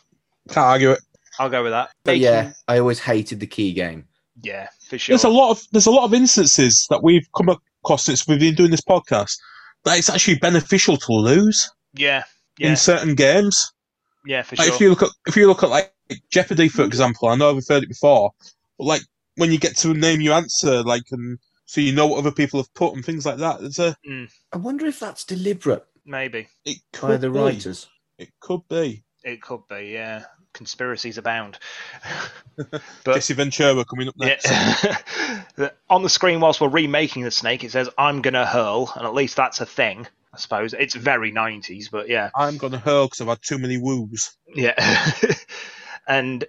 D: Can't argue it.
C: I'll go with that.
F: But
C: Making-
F: yeah, I always hated the key game.
C: yeah, for sure.
D: There's a lot of there's a lot of instances that we've come across since we've been doing this podcast that it's actually beneficial to lose
C: Yeah, yeah,
D: in certain games.
C: yeah, for
D: Like
C: sure.
D: if you look at if you look at like Jeopardy for example, I know I've heard it before, but like when you get to name your answer, like and so you know what other people have put and things like that. There's a
F: I wonder if that's deliberate
C: Maybe
D: it could
F: by the
D: be.
F: writers.
D: It could be.
C: it could be. Yeah, conspiracies abound. But-
D: Jesse Ventura coming up next.
C: Yeah. On the screen, whilst we're remaking the snake, it says "I'm gonna hurl," and at least that's a thing. I suppose it's very 90s, but yeah,
D: I'm gonna hurl because I've had too many woos.
C: yeah. and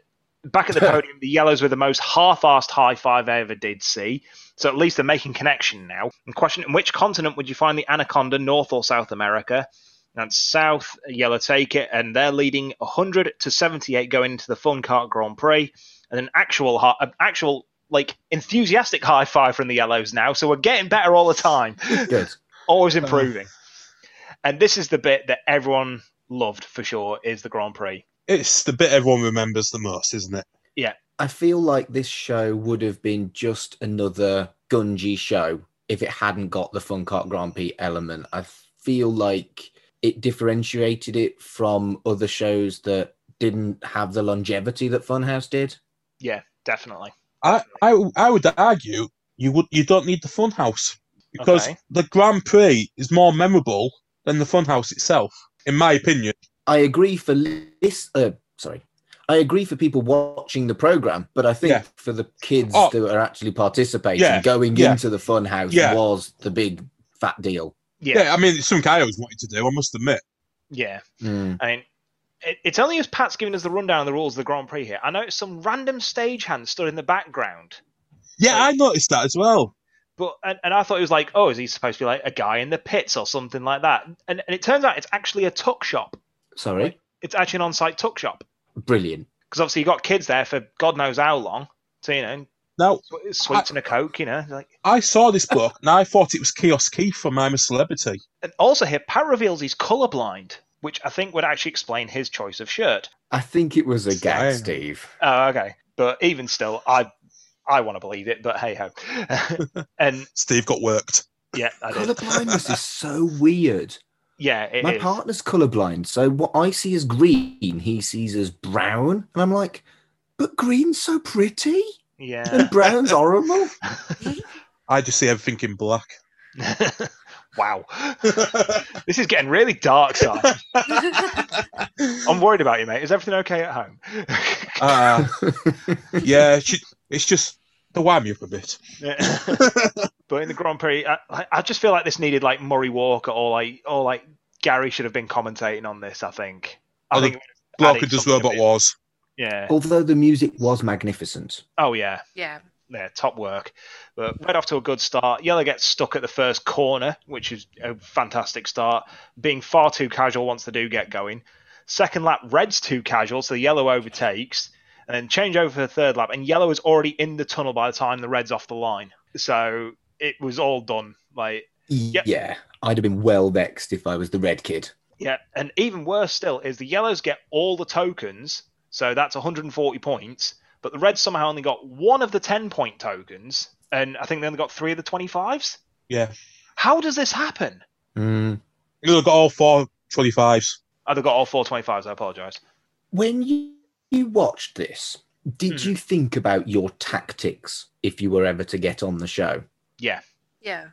C: back at the podium, the yellows were the most half-assed high five I ever did see. So at least they're making connection now. And question: In which continent would you find the anaconda, North or South America? And South Yellow take it, and they're leading 100 to 78 going into the Fun Kart Grand Prix, and an actual, hi- an actual like enthusiastic high five from the Yellows now. So we're getting better all the time,
F: Good.
C: always improving. And this is the bit that everyone loved for sure is the Grand Prix.
D: It's the bit everyone remembers the most, isn't it?
F: I feel like this show would have been just another Gungy show if it hadn't got the Fun Cart Grand Prix element. I feel like it differentiated it from other shows that didn't have the longevity that Funhouse did.
C: Yeah, definitely.
D: I, I, I would argue you would you don't need the funhouse because
C: Okay.
D: the Grand Prix is more memorable than the funhouse itself, in my opinion.
F: I agree for this. Uh, sorry, I agree for people watching the program, but I think
D: Yeah.
F: for the kids
D: Oh.
F: that are actually participating,
D: Yeah,
F: going
D: yeah.
F: into the fun house
D: Yeah.
F: was the big fat deal.
D: Yeah,
C: Yeah,
D: I mean, it's something I always wanted to do. I must admit.
C: yeah.
F: Mm.
C: I mean, it, it's only as Pat's giving us the rundown of the rules of the Grand Prix here. I noticed some random stagehand stood in the background,
D: Yeah, I noticed that as well.
C: but and, and I thought it was like, oh, is he supposed to be like a guy in the pits or something like that? And, and it turns out it's actually a tuck shop.
F: Sorry,
C: It's actually an on-site tuck shop
F: brilliant.
C: because obviously you got kids there for God knows how long. So you know,
D: Now
C: sw- sweets and a coke, you know. Like,
D: I saw this book and I thought it was Kiosk Keith from I'm a Celebrity.
C: and also here, Pat reveals he's colorblind, which I think would actually explain his choice of shirt.
F: I think it was a
D: Fine.
F: gag, Steve.
C: Oh, okay. But even still, I I want to believe it, but hey ho. and
D: Steve got worked.
C: yeah, I did.
F: Colour blindness is so weird.
C: Yeah, it is.
F: My partner's colorblind, so what I see as green, he sees as brown, and I'm like, but green's so pretty
C: Yeah.
F: and brown's horrible.
D: I just see everything in black.
C: wow. This is getting really dark, Si. I'm worried about you, mate. Is everything okay at home?
D: Uh, yeah, it's ju- it's just the whammy up a bit.
C: but in the Grand Prix, I, I- I just feel like this needed like Murray Walker or like or like Gary should have been commentating on this. I think. I
D: Or the
C: think. it would have
D: Bloke who
C: added
D: does
C: something a
D: Robot
C: bit-
D: Wars.
C: Yeah.
F: Although the music was magnificent.
C: Oh yeah.
E: Yeah.
C: yeah, top work. But right off to a good start. Yellow gets stuck at the first corner, which is a fantastic start. Being far too casual once they do get going. Second lap, red's too casual, so the yellow overtakes. And then change over for the third lap, and yellow is already in the tunnel by the time the red's off the line. So it was all done. Like Yep.
F: Yeah, I'd have been well vexed if I was the red kid.
C: yeah, and even worse still is the yellows get all the tokens, so that's 140 points. But the reds somehow only got one of the 10 point tokens, and I think they only got three of the 25s.
D: Yeah.
C: How does this happen?
F: Mm.
D: They've got all four 25s.
C: Oh, they got all four 25s. I apologise.
F: When you, you watched this, did
C: Hmm.
F: you think about your tactics if you were ever to get on the show?
C: Yeah.
E: Yeah.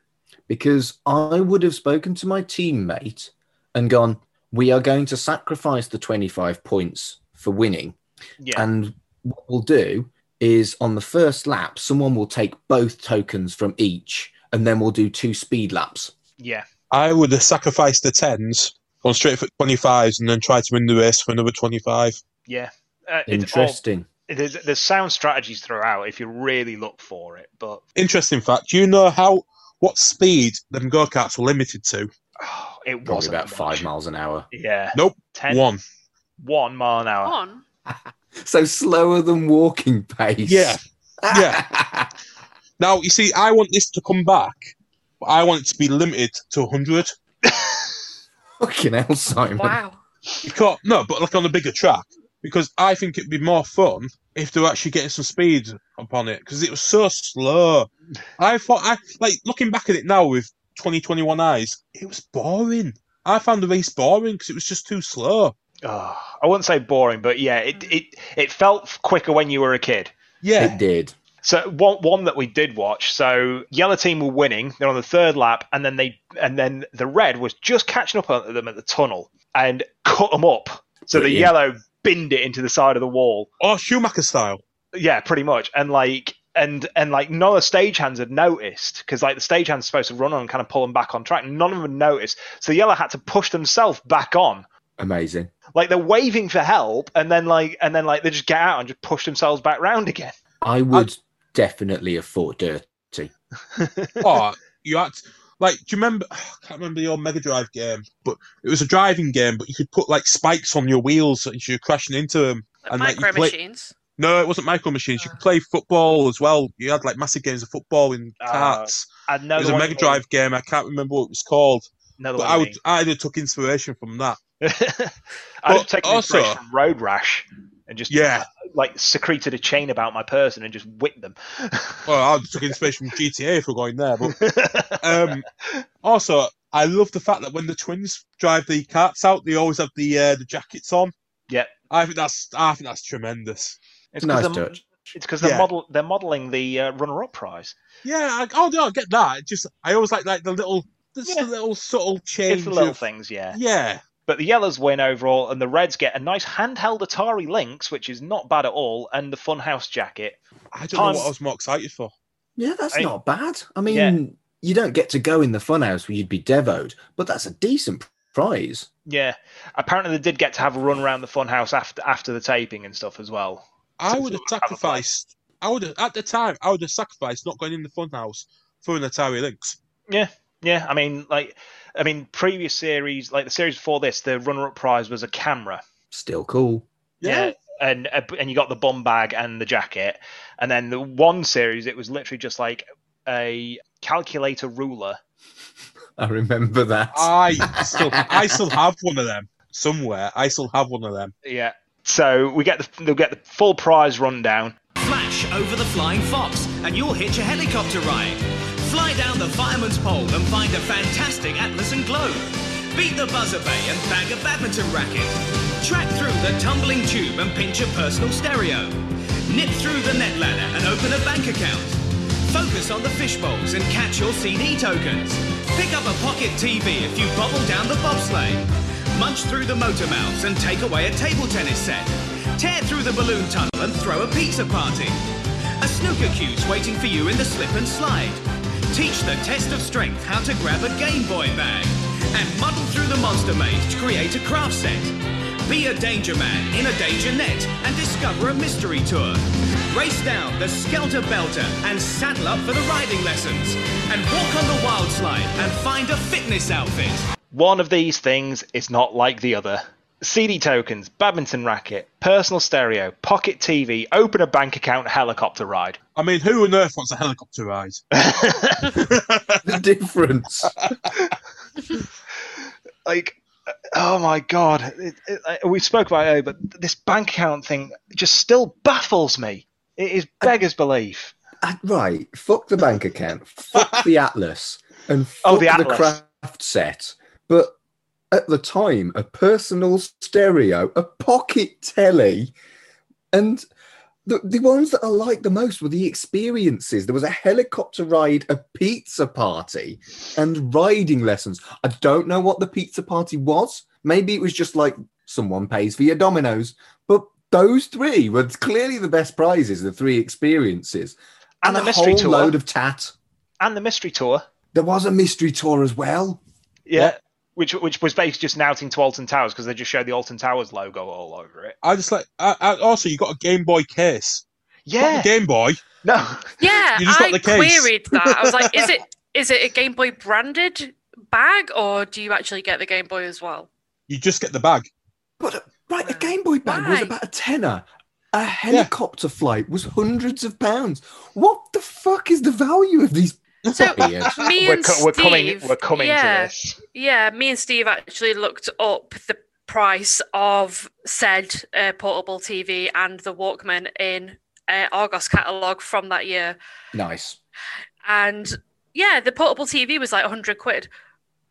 F: Because I would have spoken to my teammate and gone, We are going to sacrifice the 25 points for winning.
C: Yeah.
F: And what we'll do is on the first lap, someone will take both tokens from each, and then we'll do two speed laps.
C: yeah.
D: I would have sacrificed the 10s, gone straight for 25s, and then tried to win the race for another 25.
C: Yeah. Uh, it's all,
F: Interesting.
C: there's, there's sound strategies throughout if you really look for it, but
D: Interesting fact. Do you know how what speed them go karts were limited to?
C: oh, it
F: Probably
C: wasn't
F: about five
C: much.
F: miles an hour.
C: Yeah.
D: Nope.
C: Ten,
D: One.
C: one mile
D: Ah.
C: an hour.
E: On.
F: So slower than walking pace.
D: Yeah, Ah, yeah. Now you see, I want this to come back, but I want it to be limited to 100.
F: Fucking hell, Simon.
E: Wow.
D: Because no, but like on a bigger track, because I think it'd be more fun if they were actually getting some speed upon it because it was so slow. I thought I like looking back at it now with 2021 eyes, it was boring. I found the race boring because it was just too slow.
C: Oh, I wouldn't say boring, but yeah, it, it it felt quicker when you were a kid.
D: Yeah,
F: It did.
C: So one one that we did watch. So yellow team were winning. They're on the third lap, and then they and then the red was just catching up on them at the tunnel and cut them up. So the
F: Brilliant.
C: yellow binned it into the side of the wall.
D: or Schumacher style.
C: Yeah, pretty much. And like and and like none of the stagehands had noticed because like the stagehands are supposed to run on and kind of pull them back on track. None of them had noticed. So yellow had to push themselves back on.
F: Amazing.
C: Like they're waving for help, and then like and then like they just get out and just push themselves back round again.
F: I would definitely have fought dirt.
D: oh, you had to- like, do you remember? I can't remember the old Mega Drive game, but it was a driving game. But you could put like spikes on your wheels as you're crashing into them. And that you
E: micro
D: play-
E: machines.
D: No, it wasn't micro machines. You could play football as well. You had like massive games of football in
C: Ah,
D: carts.
C: I know
D: it was
C: the
D: a
C: one
D: Mega
C: you mean.
D: Drive game. I can't remember what it was called,
C: Know the
D: but
C: one you
D: I would
C: mean.
D: I took inspiration from that.
C: I'd have
D: But
C: taken
D: also-
C: inspiration from Road Rash and just
D: Yeah.
C: like secreted a chain about my person and just whipped them.
D: Well, I took inspiration from GTA if we're going there. But um, also, I love the fact that when the twins drive the carts out, they always have the uh, the jackets on.
C: Yeah.
D: I think that's I think that's tremendous.
C: It's 'cause
F: Nice
C: they're-
F: touch.
C: It's because they're
D: Yeah.
C: model they're modelling the uh, runner-up prize.
D: Yeah, I, oh no, I get that. It just I always like like the little, just
C: Yeah.
D: the little subtle change.
C: It's the little
D: of-
C: things, yeah.
D: Yeah,
C: But the yellows win overall, and the reds get a nice handheld Atari Lynx, which is not bad at all, and the Funhouse jacket.
D: I don't know
C: Times-
D: what I was more excited for.
F: Yeah, that's
C: I-
F: not bad. I mean,
C: Yeah.
F: you don't get to go in the funhouse where you'd be devoed, but that's a decent prize.
C: Yeah, apparently they did get to have a run around the Funhouse after after the taping and stuff as well.
D: I
C: So
D: would have
C: we'll have a play.
D: sacrificed. I would have, at the time. I would have sacrificed not going in the funhouse for an Atari Lynx.
C: Yeah, I mean, like, I mean, previous series, like the series before this, the runner-up prize was a camera.
F: Still cool.
D: Yeah.
C: and uh, and you got the bomb bag and the jacket, and then the one series it was literally just like a calculator ruler.
F: I remember that.
C: Ah.
D: I still, I still have one of them somewhere. I still have one of them.
C: Yeah. So we get the they'll get the full prize rundown.
J: Flash over the flying fox, and you'll hitch a helicopter ride. Fly down the fireman's pole and find a fantastic atlas and globe. Beat the buzzer bay and bag a badminton racket. Track through the tumbling tube and pinch a personal stereo. Nip through the net ladder and open a bank account. Focus on the fish bowls and catch your CD tokens. Pick up a pocket TV if you bobble down the bobsleigh. Munch through the motor mouths and take away a table tennis set. Tear through the balloon tunnel and throw a pizza party. A snooker cue's waiting for you in the slip and slide. Teach the test of strength how to grab a Game Boy bag. And muddle through the monster maze to create a craft set. Be a danger man in a danger net and discover a mystery tour. Race down the Skelter Belter and saddle up for the riding lessons. And walk on the wild slide and find a fitness outfit.
C: One of these things is not like the other. CD tokens, badminton racket, personal stereo, pocket TV, open a bank account, helicopter ride.
D: I mean, who on earth wants a helicopter ride?
F: the difference.
C: Like, oh my god, it, it, I- we spoke about it, earlier, but this bank account thing just still baffles me. It is beggars belief.
F: Ah, right, fuck the bank account, fuck the atlas, and fuck
C: Oh, the
F: the,
C: Atlas.
F: craft set. But at the time, a personal stereo, a pocket telly, and the, the ones that I liked the most were the experiences. There was a helicopter ride, a pizza party, and riding lessons. I don't know what the pizza party was. Maybe it was just like someone pays for your dominoes. But those three were clearly the best prizes, the three experiences
C: And,
F: and,
C: the
F: a
C: mystery
F: whole
C: tour.
F: load of tat.
C: and the mystery tour.
F: There was a mystery tour as well.
C: Yeah.
D: Yeah.
C: Which, which was based just outing to Alton Towers because they just showed the Alton Towers logo all over it.
D: I just like. I, I, also, you got a Game Boy case. Not the
C: Yeah.
D: Game Boy.
C: No.
E: Yeah,
D: You just got
E: I
D: the case.
E: queried that. I was like, is it is it a Game Boy branded bag or do you actually get the Game Boy as well?
D: You just get the bag.
F: But uh, right, a Game Boy bag was
E: Why?
F: about a tenner. A helicopter flight was hundreds of pounds. What the fuck is the value of these?
E: So
F: Weird.
E: me
C: We're,
E: and
C: co-
E: Steve,
C: we're coming. We're coming
E: yeah,
C: to this.
E: Yeah, me and Steve actually looked up the price of said uh, portable TV and the Walkman in uh, Argos catalogue from that year.
F: Nice.
E: And yeah, the portable TV was like 100 quid.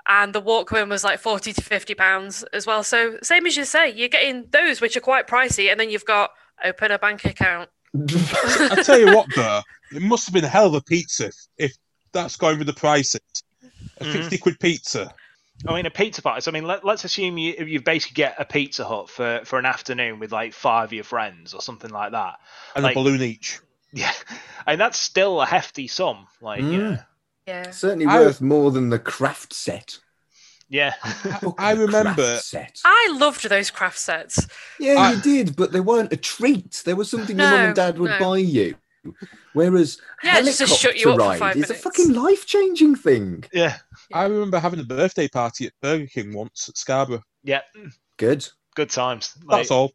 E: And the Walkman was like 40 to 50 pounds as well. So, same as you say, you're getting those which are quite pricey. And then you've got open a bank account.
D: I tell you what, though, it must have been a hell of a pizza if that's going with the prices. A
C: Mhm.
D: fifty quid pizza.
C: I mean, a pizza party. So, I mean, let, let's assume you you basically get a Pizza Hut for, for an afternoon with like five of your friends or something like that.
D: and
C: Like-
D: a balloon each.
C: Yeah, and that's still a hefty sum. Like,
F: Mm.
E: Yeah.
F: Certainly
D: I-
F: worth more than the craft set.
C: yeah, yeah.
F: Fuck
D: I
F: the craft
D: remember-
F: set.
E: I loved those craft sets.
F: Yeah,
D: I-
F: you did, but they weren't a treat. There was something your
E: No,
F: mum and dad would
E: no.
F: buy you. Whereas
E: Yeah, it's
F: helicopter
E: just to shut you up for
F: ride
E: five
F: is a
E: minutes.
F: fucking life changing thing.
C: yeah,
D: I remember having a birthday party at Burger King once at Scarborough.
C: yeah.
F: Good.
C: Good times. Like,
D: That's all.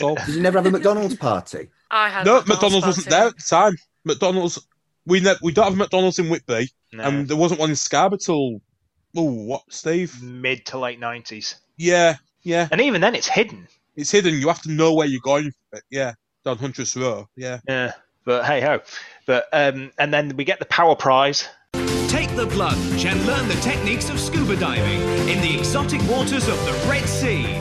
D: all.
F: Did you never have a McDonald's party?
E: I had
D: no,
E: a
D: McDonald's wasn't there at the time. McDonald's, we ne- we don't have McDonald's in Whitby,
C: no.
D: and there wasn't one in Scarborough till oh what, Steve?
C: mid to late nineties,
D: Yeah, yeah.
C: and even then, it's hidden.
D: It's hidden. You have to know where you're going. for it. Yeah, down Huntress Row. Yeah.
C: Yeah, but hey ho. But um, and then we get the power prize.
J: Take the plunge and learn the techniques of scuba diving in the exotic waters of the Red Sea.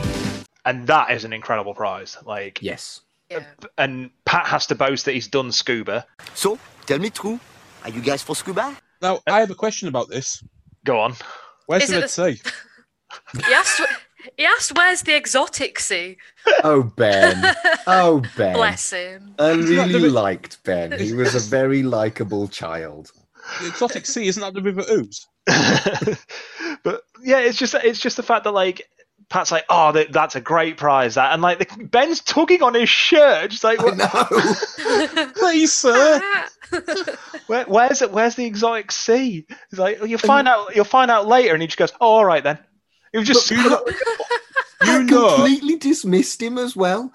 C: And that is an incredible prize. Like,
F: Yes.
E: Yeah.
C: and Pat has to boast that he's done scuba.
G: So, tell me true. Are you guys for scuba?
D: Now, I have a question about this.
C: Go on.
D: Where's
E: Is
D: the
E: it
D: Red
E: the-
D: Sea?
E: He asked, he asked where's the exotic sea?
F: Oh Ben. Oh Ben.
E: Bless him.
F: I
D: not the
F: really
D: re-
F: liked Ben. He was a very likable child.
D: The exotic sea isn't that the River Ouse?
C: but yeah, it's just it's just the fact that like Pat's like, oh, that, that's a great prize, that, and like the, Ben's tugging on his shirt, just like, "Wh-
F: No.
D: Please, sir.
E: Ah.
C: where, where's it? Where's the exotic sea? He's like, "Well, you'll find out, you'll find out later, and he just goes, oh, all right then. It was just
D: you know,
F: I
D: you know
F: completely dismissed him as well.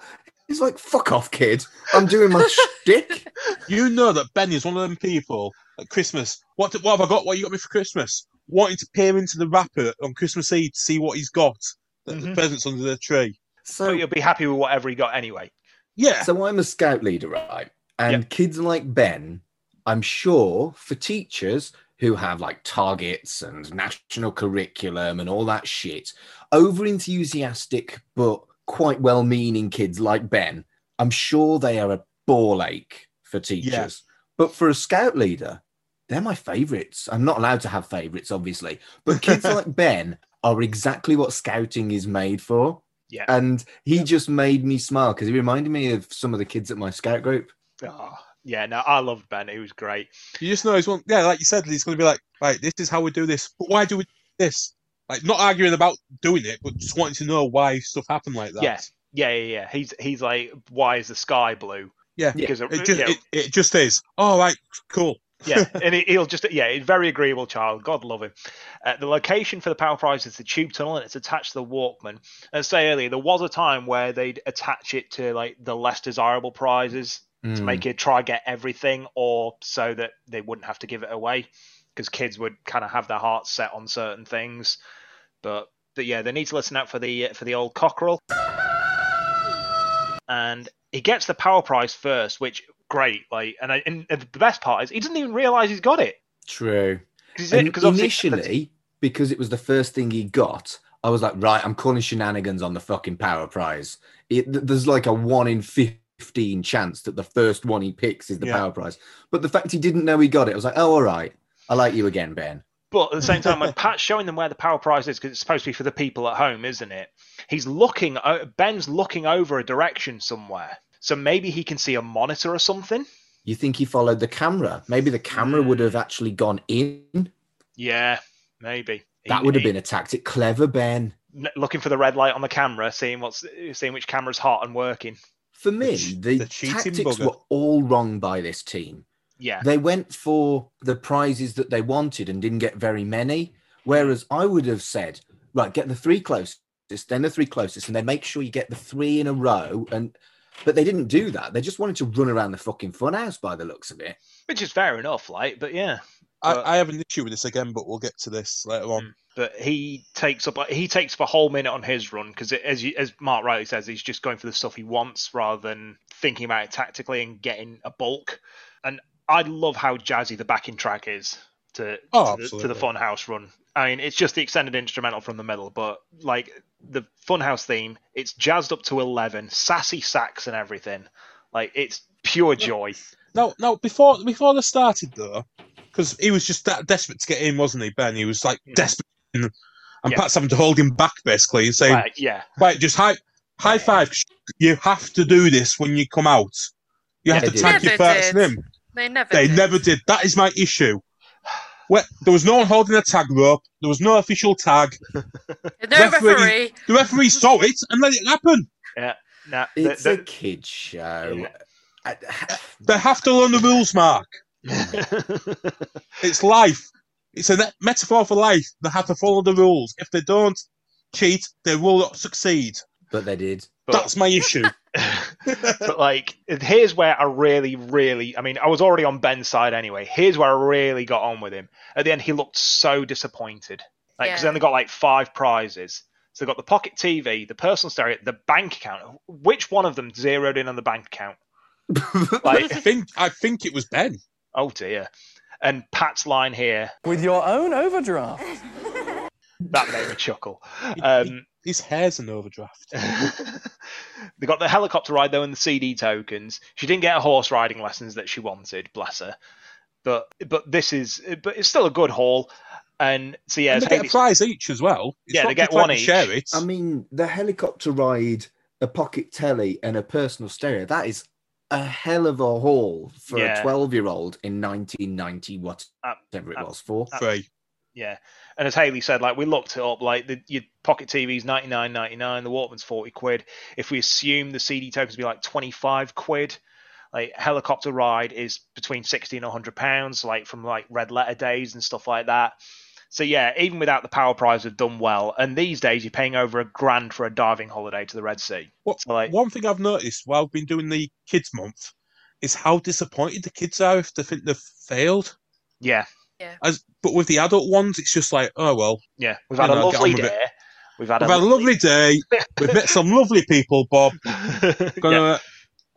F: He's like, fuck off, kid. I'm doing my shtick.
D: You know that Ben is one of them people at Christmas. What, what have I got? What you got me for Christmas? Wanting to peer into the wrapper on Christmas Eve to see what he's got. The, the
C: Mhm.
D: presents under the tree.
C: but
D: Oh.
F: So,
C: you'll be happy with whatever he got anyway.
D: Yeah.
F: so I'm a scout leader, right? And kids like Ben, I'm sure for teachers who have like targets and national curriculum and all that shit, over enthusiastic but quite well meaning kids like Ben, I'm sure they are a ball ache for teachers. But for a scout leader, they're my favorites. I'm not allowed to have favorites, obviously, but kids like Ben are exactly what scouting is made for.
C: Yeah.
F: And he just made me smile because he reminded me of some of the kids at my scout group.
C: Oh,
D: Ah,
C: yeah, no, I loved Ben. He was great.
D: You just know he's one. Yeah, like you said, he's going to be like, right, this is how we do this. But why do we do this? Like, not arguing about doing it, but just wanting to know why stuff happened like that.
C: Yeah. Yeah, yeah, yeah. He's he's like, why is the sky blue?
D: Yeah.
C: because it,
D: It just,
C: yeah,
D: it, it just is. All right, cool.
C: yeah, and he- he'll just yeah, he's a very agreeable child. God love him. Uh, the location for the power prize is the tube tunnel, and it's attached to the Walkman. And say earlier, there was a time where they'd attach it to like the less desirable prizes to
F: Mm.
C: make it try get everything, or so that they wouldn't have to give it away because kids would kind of have their hearts set on certain things. But but yeah, they need to listen out for the for the old cockerel. And he gets the power prize first, which great. Like, and, I, and the best part is he doesn't even realize he's got it.
F: True.
C: Because
F: And initially, because it was the first thing he got, I was like, right, I'm calling shenanigans on the fucking power prize. It, th- there's like a one in 15 chance that the first one he picks is the
D: Yeah.
F: power prize. But the fact he didn't know he got it, I was like, oh, all right. I like you again, Ben.
C: But at the same time, when Pat's showing them where the power prize is, because it's supposed to be for the people at home, isn't it? He's looking. o- Ben's looking over a direction somewhere, so maybe he can see a monitor or something.
F: You think he followed the camera? Maybe the camera would have actually gone in.
C: Yeah, maybe.
F: That
C: He-
F: would have
C: he-
F: been a tactic. Clever, Ben.
C: n- looking for the red light on the camera, seeing what's seeing which camera's hot and working.
F: For me,
D: ch-
F: the,
D: the cheating
F: tactics
D: bugger.
F: were all wrong by this team.
C: Yeah,
F: They went for the prizes that they wanted and didn't get very many. Whereas I would have said, right, get the three closest, then the three closest, and then make sure you get the three in a row. And but they didn't do that. They just wanted to run around the fucking funhouse by the looks of it.
C: which is fair enough, like, but yeah. But- Mm.
D: I, I have an issue with this again, but we'll get to this later on.
C: But he takes up he takes up a whole minute on his run because as you, as Mark rightly says, he's just going for the stuff he wants rather than thinking about it tactically and getting a bulk. And I love how jazzy the backing track is to
D: Oh,
C: to, the, to the
D: absolutely.
C: Funhouse run. I mean, it's just the extended instrumental from the middle, but like the Funhouse theme, it's jazzed up to eleven, sassy sax and everything. Like it's pure joy.
D: No, no. Before before they started though, because he was just that desperate to get in, wasn't he, Ben? He was like
C: Mhm.
D: desperate, and, and
C: Yeah.
D: Pat's having to hold him back basically and saying, right,
C: Like, yeah,
D: just high high five. 'cause You have to do this when you come out. You have
F: They
D: to
F: did.
D: tag your
E: Never
D: first
E: did.
D: name.
E: They never
D: They
E: did.
D: never did. That is my issue. Where, there was no one holding a tag rope. There was no official tag.
E: No
D: Referee.
E: referee.
D: The referee saw it and let it happen.
C: nah, the-
F: It's
C: the-
F: a kids show. I-
D: They have to learn the rules, Mark. It's life. It's a net- metaphor for life. They have to follow the rules. If they don't cheat, they will not succeed.
F: but they did.
C: But-
D: That's my issue.
C: but like here's where i really really i mean i was already on ben's side anyway here's where i really got on with him at the end he looked so disappointed like because
E: Yeah.
C: then they got like five prizes so they got the pocket tv the personal stereo the bank account which one of them zeroed in on the bank account
D: I
C: like
D: think I think it was Ben.
C: oh dear and pat's line here
I: With your own overdraft.
C: That made me chuckle. Um,
D: His hair's an overdraft.
C: they got the helicopter ride though and the CD tokens. She didn't get a horse riding lessons that she wanted, bless her. But but this is but it's still a good haul. And so yeah,
D: And they
C: it's
D: get a
C: Hades-
D: prize each as well. It's
C: Yeah,
D: not
C: they get
D: just like
C: one
D: they
C: each.
D: Share it.
F: I mean, the helicopter ride, a pocket telly, and a personal stereo, that is a hell of a haul for
C: Yeah. Uh,
F: a 12 year old in 1990, whatever it
C: ab-
F: was for.
D: Free.
C: yeah. And as Haley said, like we looked it up, like the your pocket TV's ninety nine ninety nine, the Walkman's forty quid. If we assume the CD tokens be like twenty five quid, like helicopter ride is between sixty and hundred pounds, like from like red letter days and stuff like that. So yeah, even without the power prize, we've done well. And these days, you're paying over a grand for a diving holiday to the Red Sea.
D: What,
C: So, like-
D: one thing I've noticed while I've been doing the kids month is how disappointed the kids are if they think they've failed.
C: Yeah,
D: As but with the adult ones, it's just like, oh well,
C: yeah, we've had a
D: Yeah, no, get
C: lovely
D: on with it.
C: day. We've had
D: we've had a lovely day. We've met some lovely people, Bob.
C: lovely.
D: Gonna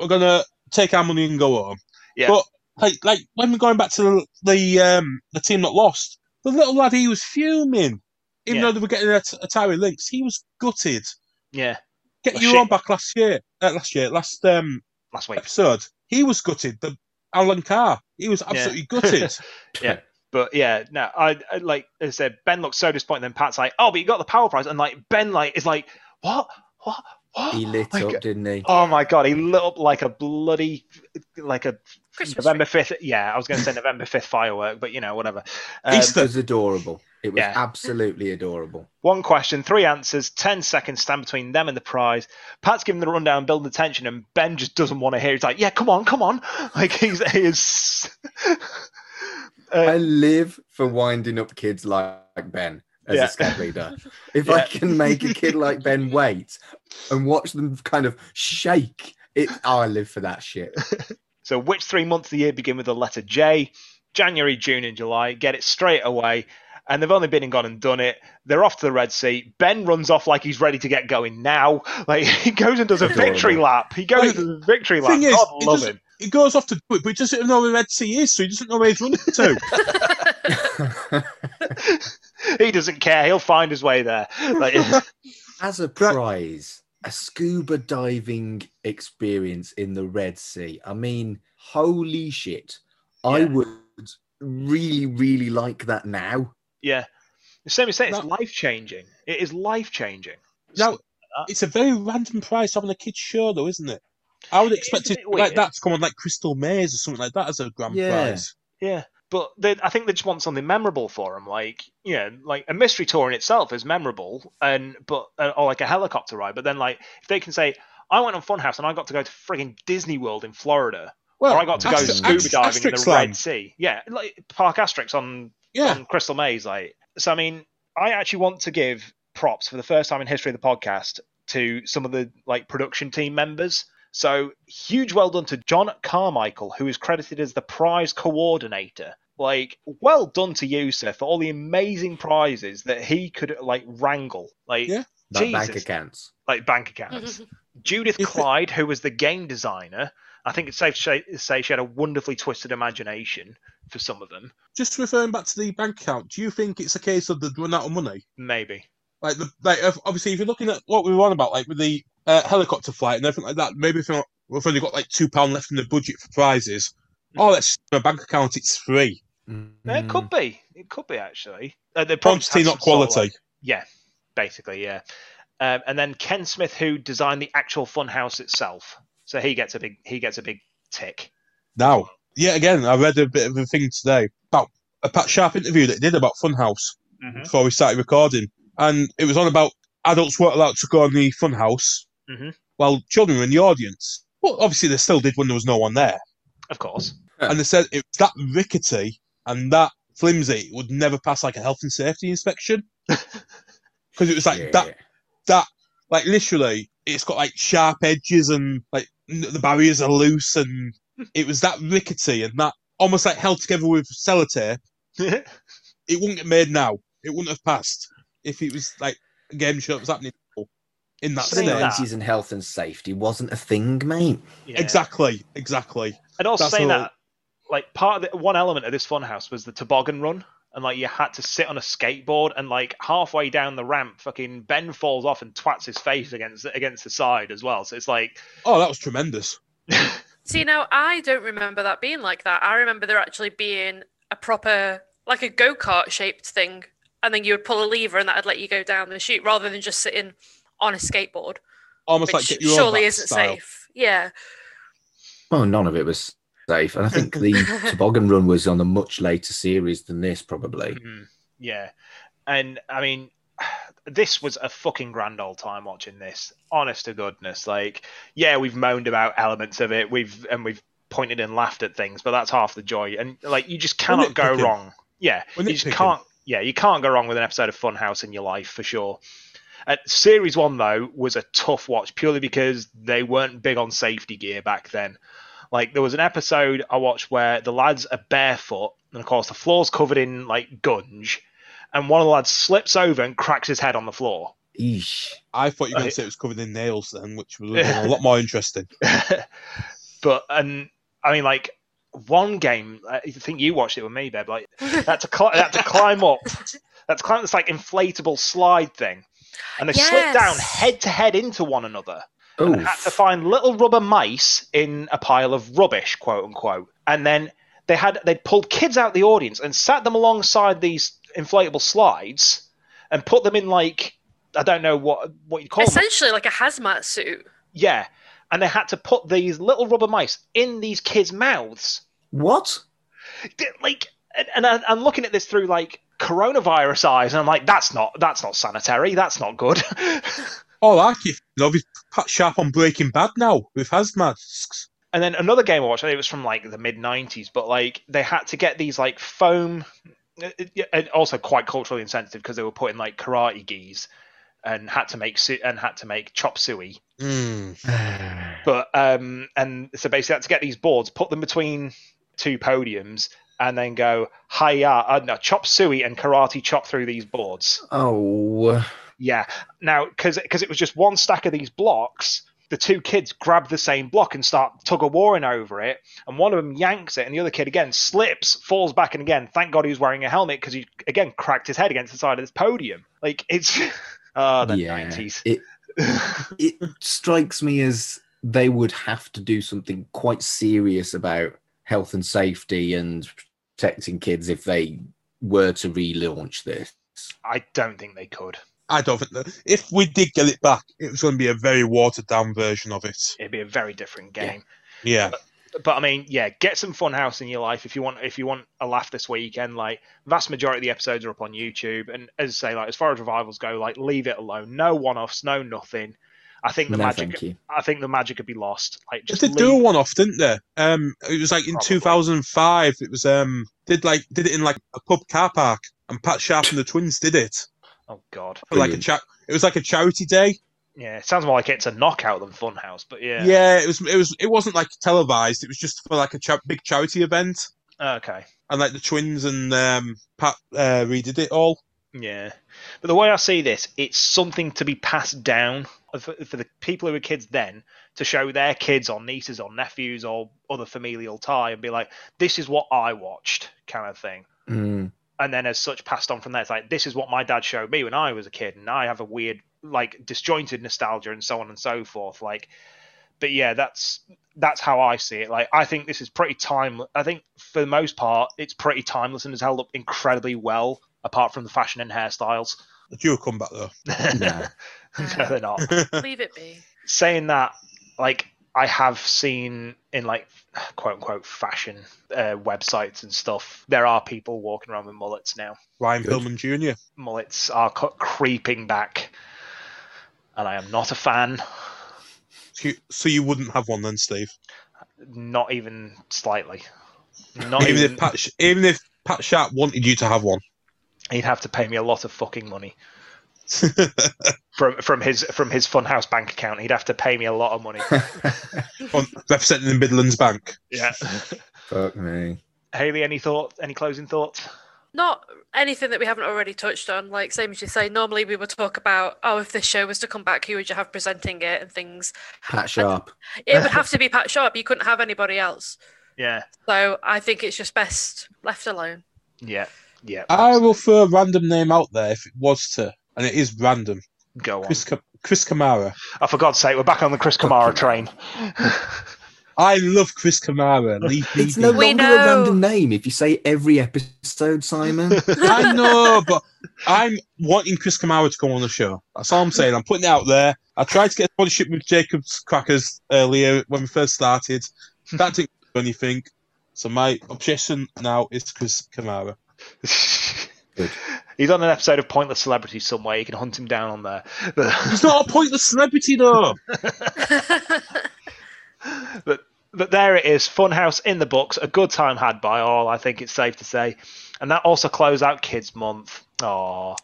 D: we're gonna take our money and go home.
C: Yeah.
D: But like like when we're going back to the the, um, the team that lost, the little lad he was fuming. Even
C: Yeah.
D: though they were getting a, t- a Tyree Links, he was gutted.
C: yeah,
D: Get
C: Well,
D: you
C: shit.
D: on back last year. Uh, last year, last um,
C: last week.
D: episode, he was gutted. The Alan Carr, he was absolutely gutted.
C: But yeah, no, I, I like I said, Ben looks so disappointed. Then Pat's like, "Oh, but you got the power prize," and like Ben like is like, "What? What? What?"
F: He lit
C: Like,
F: up, didn't he?
C: Oh my god, he lit up like a bloody like a
E: Christmas
C: November fifth. Yeah, I was going to say November fifth firework, but you know whatever. Um,
F: it was adorable. It was
C: Yeah.
F: absolutely adorable.
C: one question, three answers, ten seconds stand between them and the prize. Pat's giving the rundown, building the tension, and Ben just doesn't want to hear. it. He's like, "Yeah, come on, come on!" Like he's he is.
F: I live for winding up kids like Ben as
C: Yeah.
F: a scout leader. If I
C: Yeah.
F: can make a kid like Ben wait and watch them kind of shake, it, I live for that shit.
C: So, which three months of the year begin with the letter J? January, June, and July. Get it straight away. And they've only been and gone and done it. They're off to the Red Sea. Ben runs off like he's ready to get going now. Like he goes and does a
F: Adorable.
C: victory lap. He goes
D: Like,
C: and does a victory lap.
D: Thing is,
C: God
D: he,
C: love
D: doesn't-
C: him.
D: he goes off to do it, but he doesn't even know where Red Sea is, so he doesn't know where he's running to.
C: He doesn't care. He'll find his way there. Like,
F: As a prize, a scuba diving experience in the Red Sea. I mean, holy shit. I
C: Yeah.
F: would really, really like that now.
C: yeah. The same as saying it's
D: No.
C: life changing. It is life changing.
D: now, it's a very random price having a kids show, though, isn't it? I would expect
C: Isn't
D: it,
C: it
D: like
C: weird?
D: that to come on like Crystal Maze or something like that as a grand
F: Yeah.
D: prize.
C: Yeah, but they, I think they just want something memorable for them. Like, you know, like a mystery tour in itself is memorable, and but uh, or like a helicopter ride. But then, like, if they can say, "I went on Funhouse and I got to go to frigging Disney World in Florida,
D: Well,
C: or I got to go
D: Aster-
C: scuba
D: Aster-
C: diving in
D: Asterix
C: the Red
D: Land.
C: Sea," yeah, like Park Asterix on
D: Yeah,
C: on Crystal Maze. Like, so I mean, I actually want to give props for the first time in history of the podcast to some of the like production team members. So huge well done to John Carmichael, who is credited as the prize coordinator. Like, well done to you, sir, for all the amazing prizes that he could like wrangle. Like,
D: Yeah.
F: That bank
C: Jesus.
F: accounts.
C: like bank accounts. Judith
D: If it-
C: Clyde, who was the game designer, I think it's safe to say- say she had a wonderfully twisted imagination for some of them.
D: just referring back to the bank account, do you think it's a case of they'd run out of money?
C: Maybe.
D: Like, the, like if- obviously, if you're looking at what we were on about, like with the uh, helicopter flight and everything like that, maybe if you're- we've only got like two pound left in the budget for prizes. Oh, let's just do a bank account. It's free.
C: Yeah,
F: Mm.
C: It could be. It could be actually. Uh, they probably
D: Hmm. Quantity,
C: had
D: not
C: some sort of,
D: quality.
C: like- yeah, basically, yeah. Um, and then Ken Smith, who designed the actual funhouse itself, so he gets a big he gets a big tick.
D: Now, yet again, I read a bit of a thing today about a Pat Sharp interview that he did about Funhouse
C: Mhm.
D: before we started recording, and it was on about adults weren't allowed to go in the Funhouse
C: Mhm.
D: while children were in the audience. Well, obviously they still did when there was no one there,
C: Of course,
D: and they said it was that rickety and that flimsy it would never pass like a health and safety inspection because it was like that like literally it's got like sharp edges and like n- the barriers are loose and it was that rickety and that almost like held together with sellotape
C: it
D: it wouldn't get made now it wouldn't have passed if it was like a game show that was happening now in that
F: the
C: Saying
D: state
C: that-
F: 90s and health and safety wasn't a thing, mate.
C: yeah.
D: exactly exactly
C: And also
D: That's
C: saying
D: all.
C: that, like part of the, one element of this funhouse was the toboggan run. and like you had to sit on a skateboard and like halfway down the ramp fucking Ben falls off and twats his face against against the side as well. So it's like
D: Oh, that was tremendous.
E: See, now I don't remember that being like that. I remember there actually being a proper, like a go kart shaped thing, and then you would pull a lever and that would let you go down the chute rather than just sitting on a skateboard,
D: Almost
E: which
D: like get you
E: surely
D: that
E: isn't
D: style.
E: safe. Yeah.
F: Well, none of it was safe, and I think the toboggan run was on a much later series than this, probably.
C: Mhm. Yeah. And I mean, this was a fucking grand old time watching this. Honest to goodness. Like, yeah, we've moaned about elements of it. We've and we've pointed and laughed at things, but that's half the joy. And like you just cannot go
D: nitpicking.
C: wrong. Yeah.
D: We're
C: you just
D: nitpicking.
C: can't yeah, you can't go wrong with an episode of Funhouse in your life for sure. Uh, series one though was a tough watch purely because they weren't big on safety gear back then. Like there was an episode I watched where the lads are barefoot, and of course the floor's covered in like gunge, and one of the lads slips over and cracks his head on the floor.
F: Eesh.
D: I thought you were going
C: Right.
D: to say it was covered in nails then, which was a lot more interesting.
C: but and I mean like one game, I think you watched it with me, Beb. Like that to cli- that to climb up, that to climb this like inflatable slide thing, and they slipped
E: Yes.
C: down head to head into one another.
F: Oh,
C: had to find little rubber mice in a pile of rubbish, quote unquote. And then they had they'd pulled kids out the audience and sat them alongside these inflatable slides and put them in like I don't know what what you call them.
E: Essentially, like a hazmat suit.
C: Yeah. And they had to put these little rubber mice in these kids' mouths.
F: what?
C: D- Like and, and I- I'm looking at this through like coronavirus eyes and I'm like, that's not that's not sanitary, that's not good.
D: Oh, I keep you know, he's Pat Sharp on Breaking Bad now with hazmat masks.
C: And then another game I watched, I think it was from like the mid 90s, but like they had to get these like foam, uh, and also quite culturally insensitive because they were putting like karate gis and had to make su- and had to make chop suey. Hmm.
D: Mm.
C: But um, and so basically had to get these boards, put them between two podiums, and then go hiya, uh, no, chop suey and karate chop through these boards.
F: Oh,
C: Yeah. Now, because it was just one stack of these blocks, the two kids grab the same block and start tug of warring over it, and one of them yanks it, and the other kid again slips, falls back, and again, thank God he was wearing a helmet because he again cracked his head against the side of this podium. Like it's. Ah, the
F: yeah.
C: nineties.
F: It it strikes me as they would have to do something quite serious about health and safety and protecting kids if they were to relaunch this.
C: I don't think they could.
D: I don't think that if we did get it back, it was going to be a very watered down version of it.
C: It'd be a very different
F: Yeah.
C: game.
D: Yeah,
C: But I mean, yeah, get some fun house in your life if you want. If you want a laugh this weekend, like vast majority of the episodes are up on YouTube. And as I say, like as far as revivals go, like leave it alone. No one-offs, no nothing. I think the
F: No,
C: magic.
F: thank you.
C: I think the magic could be lost. Like just
D: they did
C: leave-
D: do one off, didn't they? Um, it was like in
C: Probably.
D: 2005. It was um, did like did it in like a pub car park, and Pat Sharp and the twins did it
C: Oh God.
D: for like a
F: Brilliant.
D: chat. It was like a charity day.
C: Yeah, it sounds more like it's a knockout than fun house. But
D: Yeah.
C: yeah.
D: it was. It was. It wasn't like televised. It was just for like a cha- big charity event,
C: Okay.
D: and like the twins and um, Pat uh, redid it all.
C: Yeah. But the way I see this, it's something to be passed down for, for the people who were kids then to show their kids or nieces or nephews or other familial tie and be like, this is what I watched, kind of thing.
F: Mm.
C: And then as such, passed on from there. It's like, this is what my dad showed me when I was a kid. And I have a weird, like, disjointed nostalgia and so on and so forth. Like, but yeah, that's that's how I see it. Like, I think this is pretty timeless. I think for the most part, it's pretty timeless and has held up incredibly well, apart from the fashion and hairstyles.
D: The duo come back though.
F: No.
C: no, they're not.
E: Leave it be.
C: Saying that, like I have seen in like quote unquote fashion uh, websites and stuff, there are people walking around with mullets now.
D: Ryan
F: Good.
D: Pillman Jr.
C: Mullets are cu- creeping back, and I am not a fan,
D: So you, so you wouldn't have one then, Steve.
C: not even slightly. Not
D: even
C: even.
D: if Pat, Sh- even if Pat Sharp wanted you to have one,
C: He'd have to pay me a lot of fucking money. From, from his from his Funhouse bank account, he'd have to pay me a lot of money.
D: on, representing the Midlands Bank.
C: yeah.
F: Fuck me.
C: Haley, any thought? Any closing thoughts?
E: Not anything that we haven't already touched on. Like, same as you say, normally we would talk about, oh, if this show was to come back, who would you have presenting it and things.
F: Pat Sharp.
E: It would have to be Pat Sharp. You couldn't have anybody else.
C: Yeah.
E: So I think it's just best left alone.
C: Yeah. Yeah.
D: I will throw a random name out there if it was to, and it is random.
C: Go on.
D: Chris, Ka- Chris Kamara.
C: Oh, for God's sake, we're back on the Chris Kamara train.
D: I love Chris Kamara. Lee
F: It's
D: Beebe.
F: no
E: We
F: longer a random
E: know.
F: name if you say every episode, Simon.
D: I know, but I'm wanting Chris Kamara to come on the show. That's all I'm saying. I'm putting it out there. I tried to get a sponsorship with Jacob's Crackers earlier when we first started. That didn't do anything. So my obsession now is Chris Kamara.
F: Good.
C: He's on an episode of Pointless Celebrity somewhere. You can hunt him down on there.
D: He's not a pointless celebrity though.
C: but but there it is, Funhouse in the books, a good time had by all, I think it's safe to say. And that also closed out Kids Month. Aww.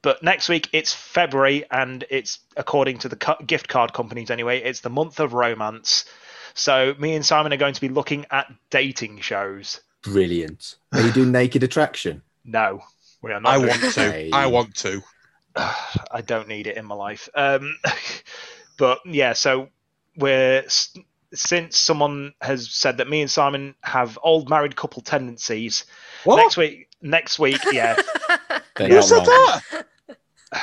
C: But next week it's February, and it's according to the cu- gift card companies anyway, it's the month of romance. So me and Simon are going to be looking at dating shows.
F: Brilliant. Are you doing naked attraction?
C: No, we are not.
D: I
C: doing-
D: want to. I want to.
C: I don't need it in my life. Um, but yeah, so we're s- since someone has said that me and Simon have old married couple tendencies.
D: What?
C: Next week, next week, yeah.
F: They
D: Who
F: are
D: said
F: wrong.
D: that?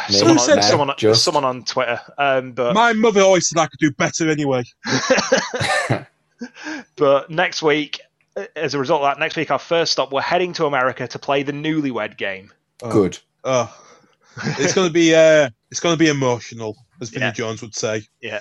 C: someone,
D: Who said
C: on,
D: that?
C: someone,
F: Just-
C: someone on Twitter. Um, but
D: My mother always said I could do better anyway.
C: but next week, uh, as a result of that, next week our first stop, we're heading to America to play the Newlywed Game.
F: Good.
D: Oh, it's gonna be uh, it's gonna be emotional, as Vinnie
C: Yeah.
D: Jones would say.
C: Yeah.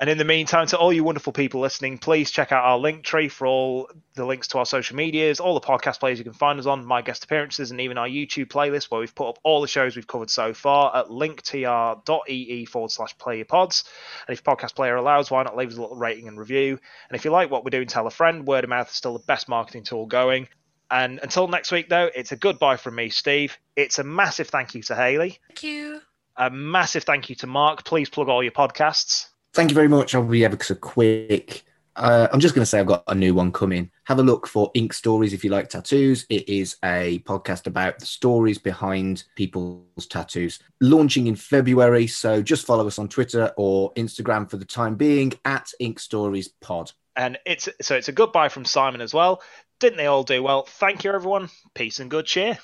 C: And in the meantime, to all you wonderful people listening, please check out our link tree for all the links to our social medias, all the podcast players you can find us on, my guest appearances, and even our YouTube playlist where we've put up all the shows we've covered so far at linktr.ee forward slash player pods. And if podcast player allows, why not leave us a little rating and review? And if you like what we're doing, tell a friend. Word of mouth is still the best marketing tool going. And until next week, though, it's a goodbye from me, Steve. It's a massive thank you to Haley.
E: Thank you.
C: A massive thank you to Mark. Please plug all your podcasts.
F: Thank you very much. I'll be ever so quick. Uh, I'm just going to say I've got a new one coming. Have a look for Ink Stories if you like tattoos. It is a podcast about the stories behind people's tattoos. Launching in February, so just follow us on Twitter or Instagram for the time being at Ink Stories Pod.
C: And it's so it's a goodbye from Simon as well. Didn't they all do well? Thank you, everyone. Peace and good cheer.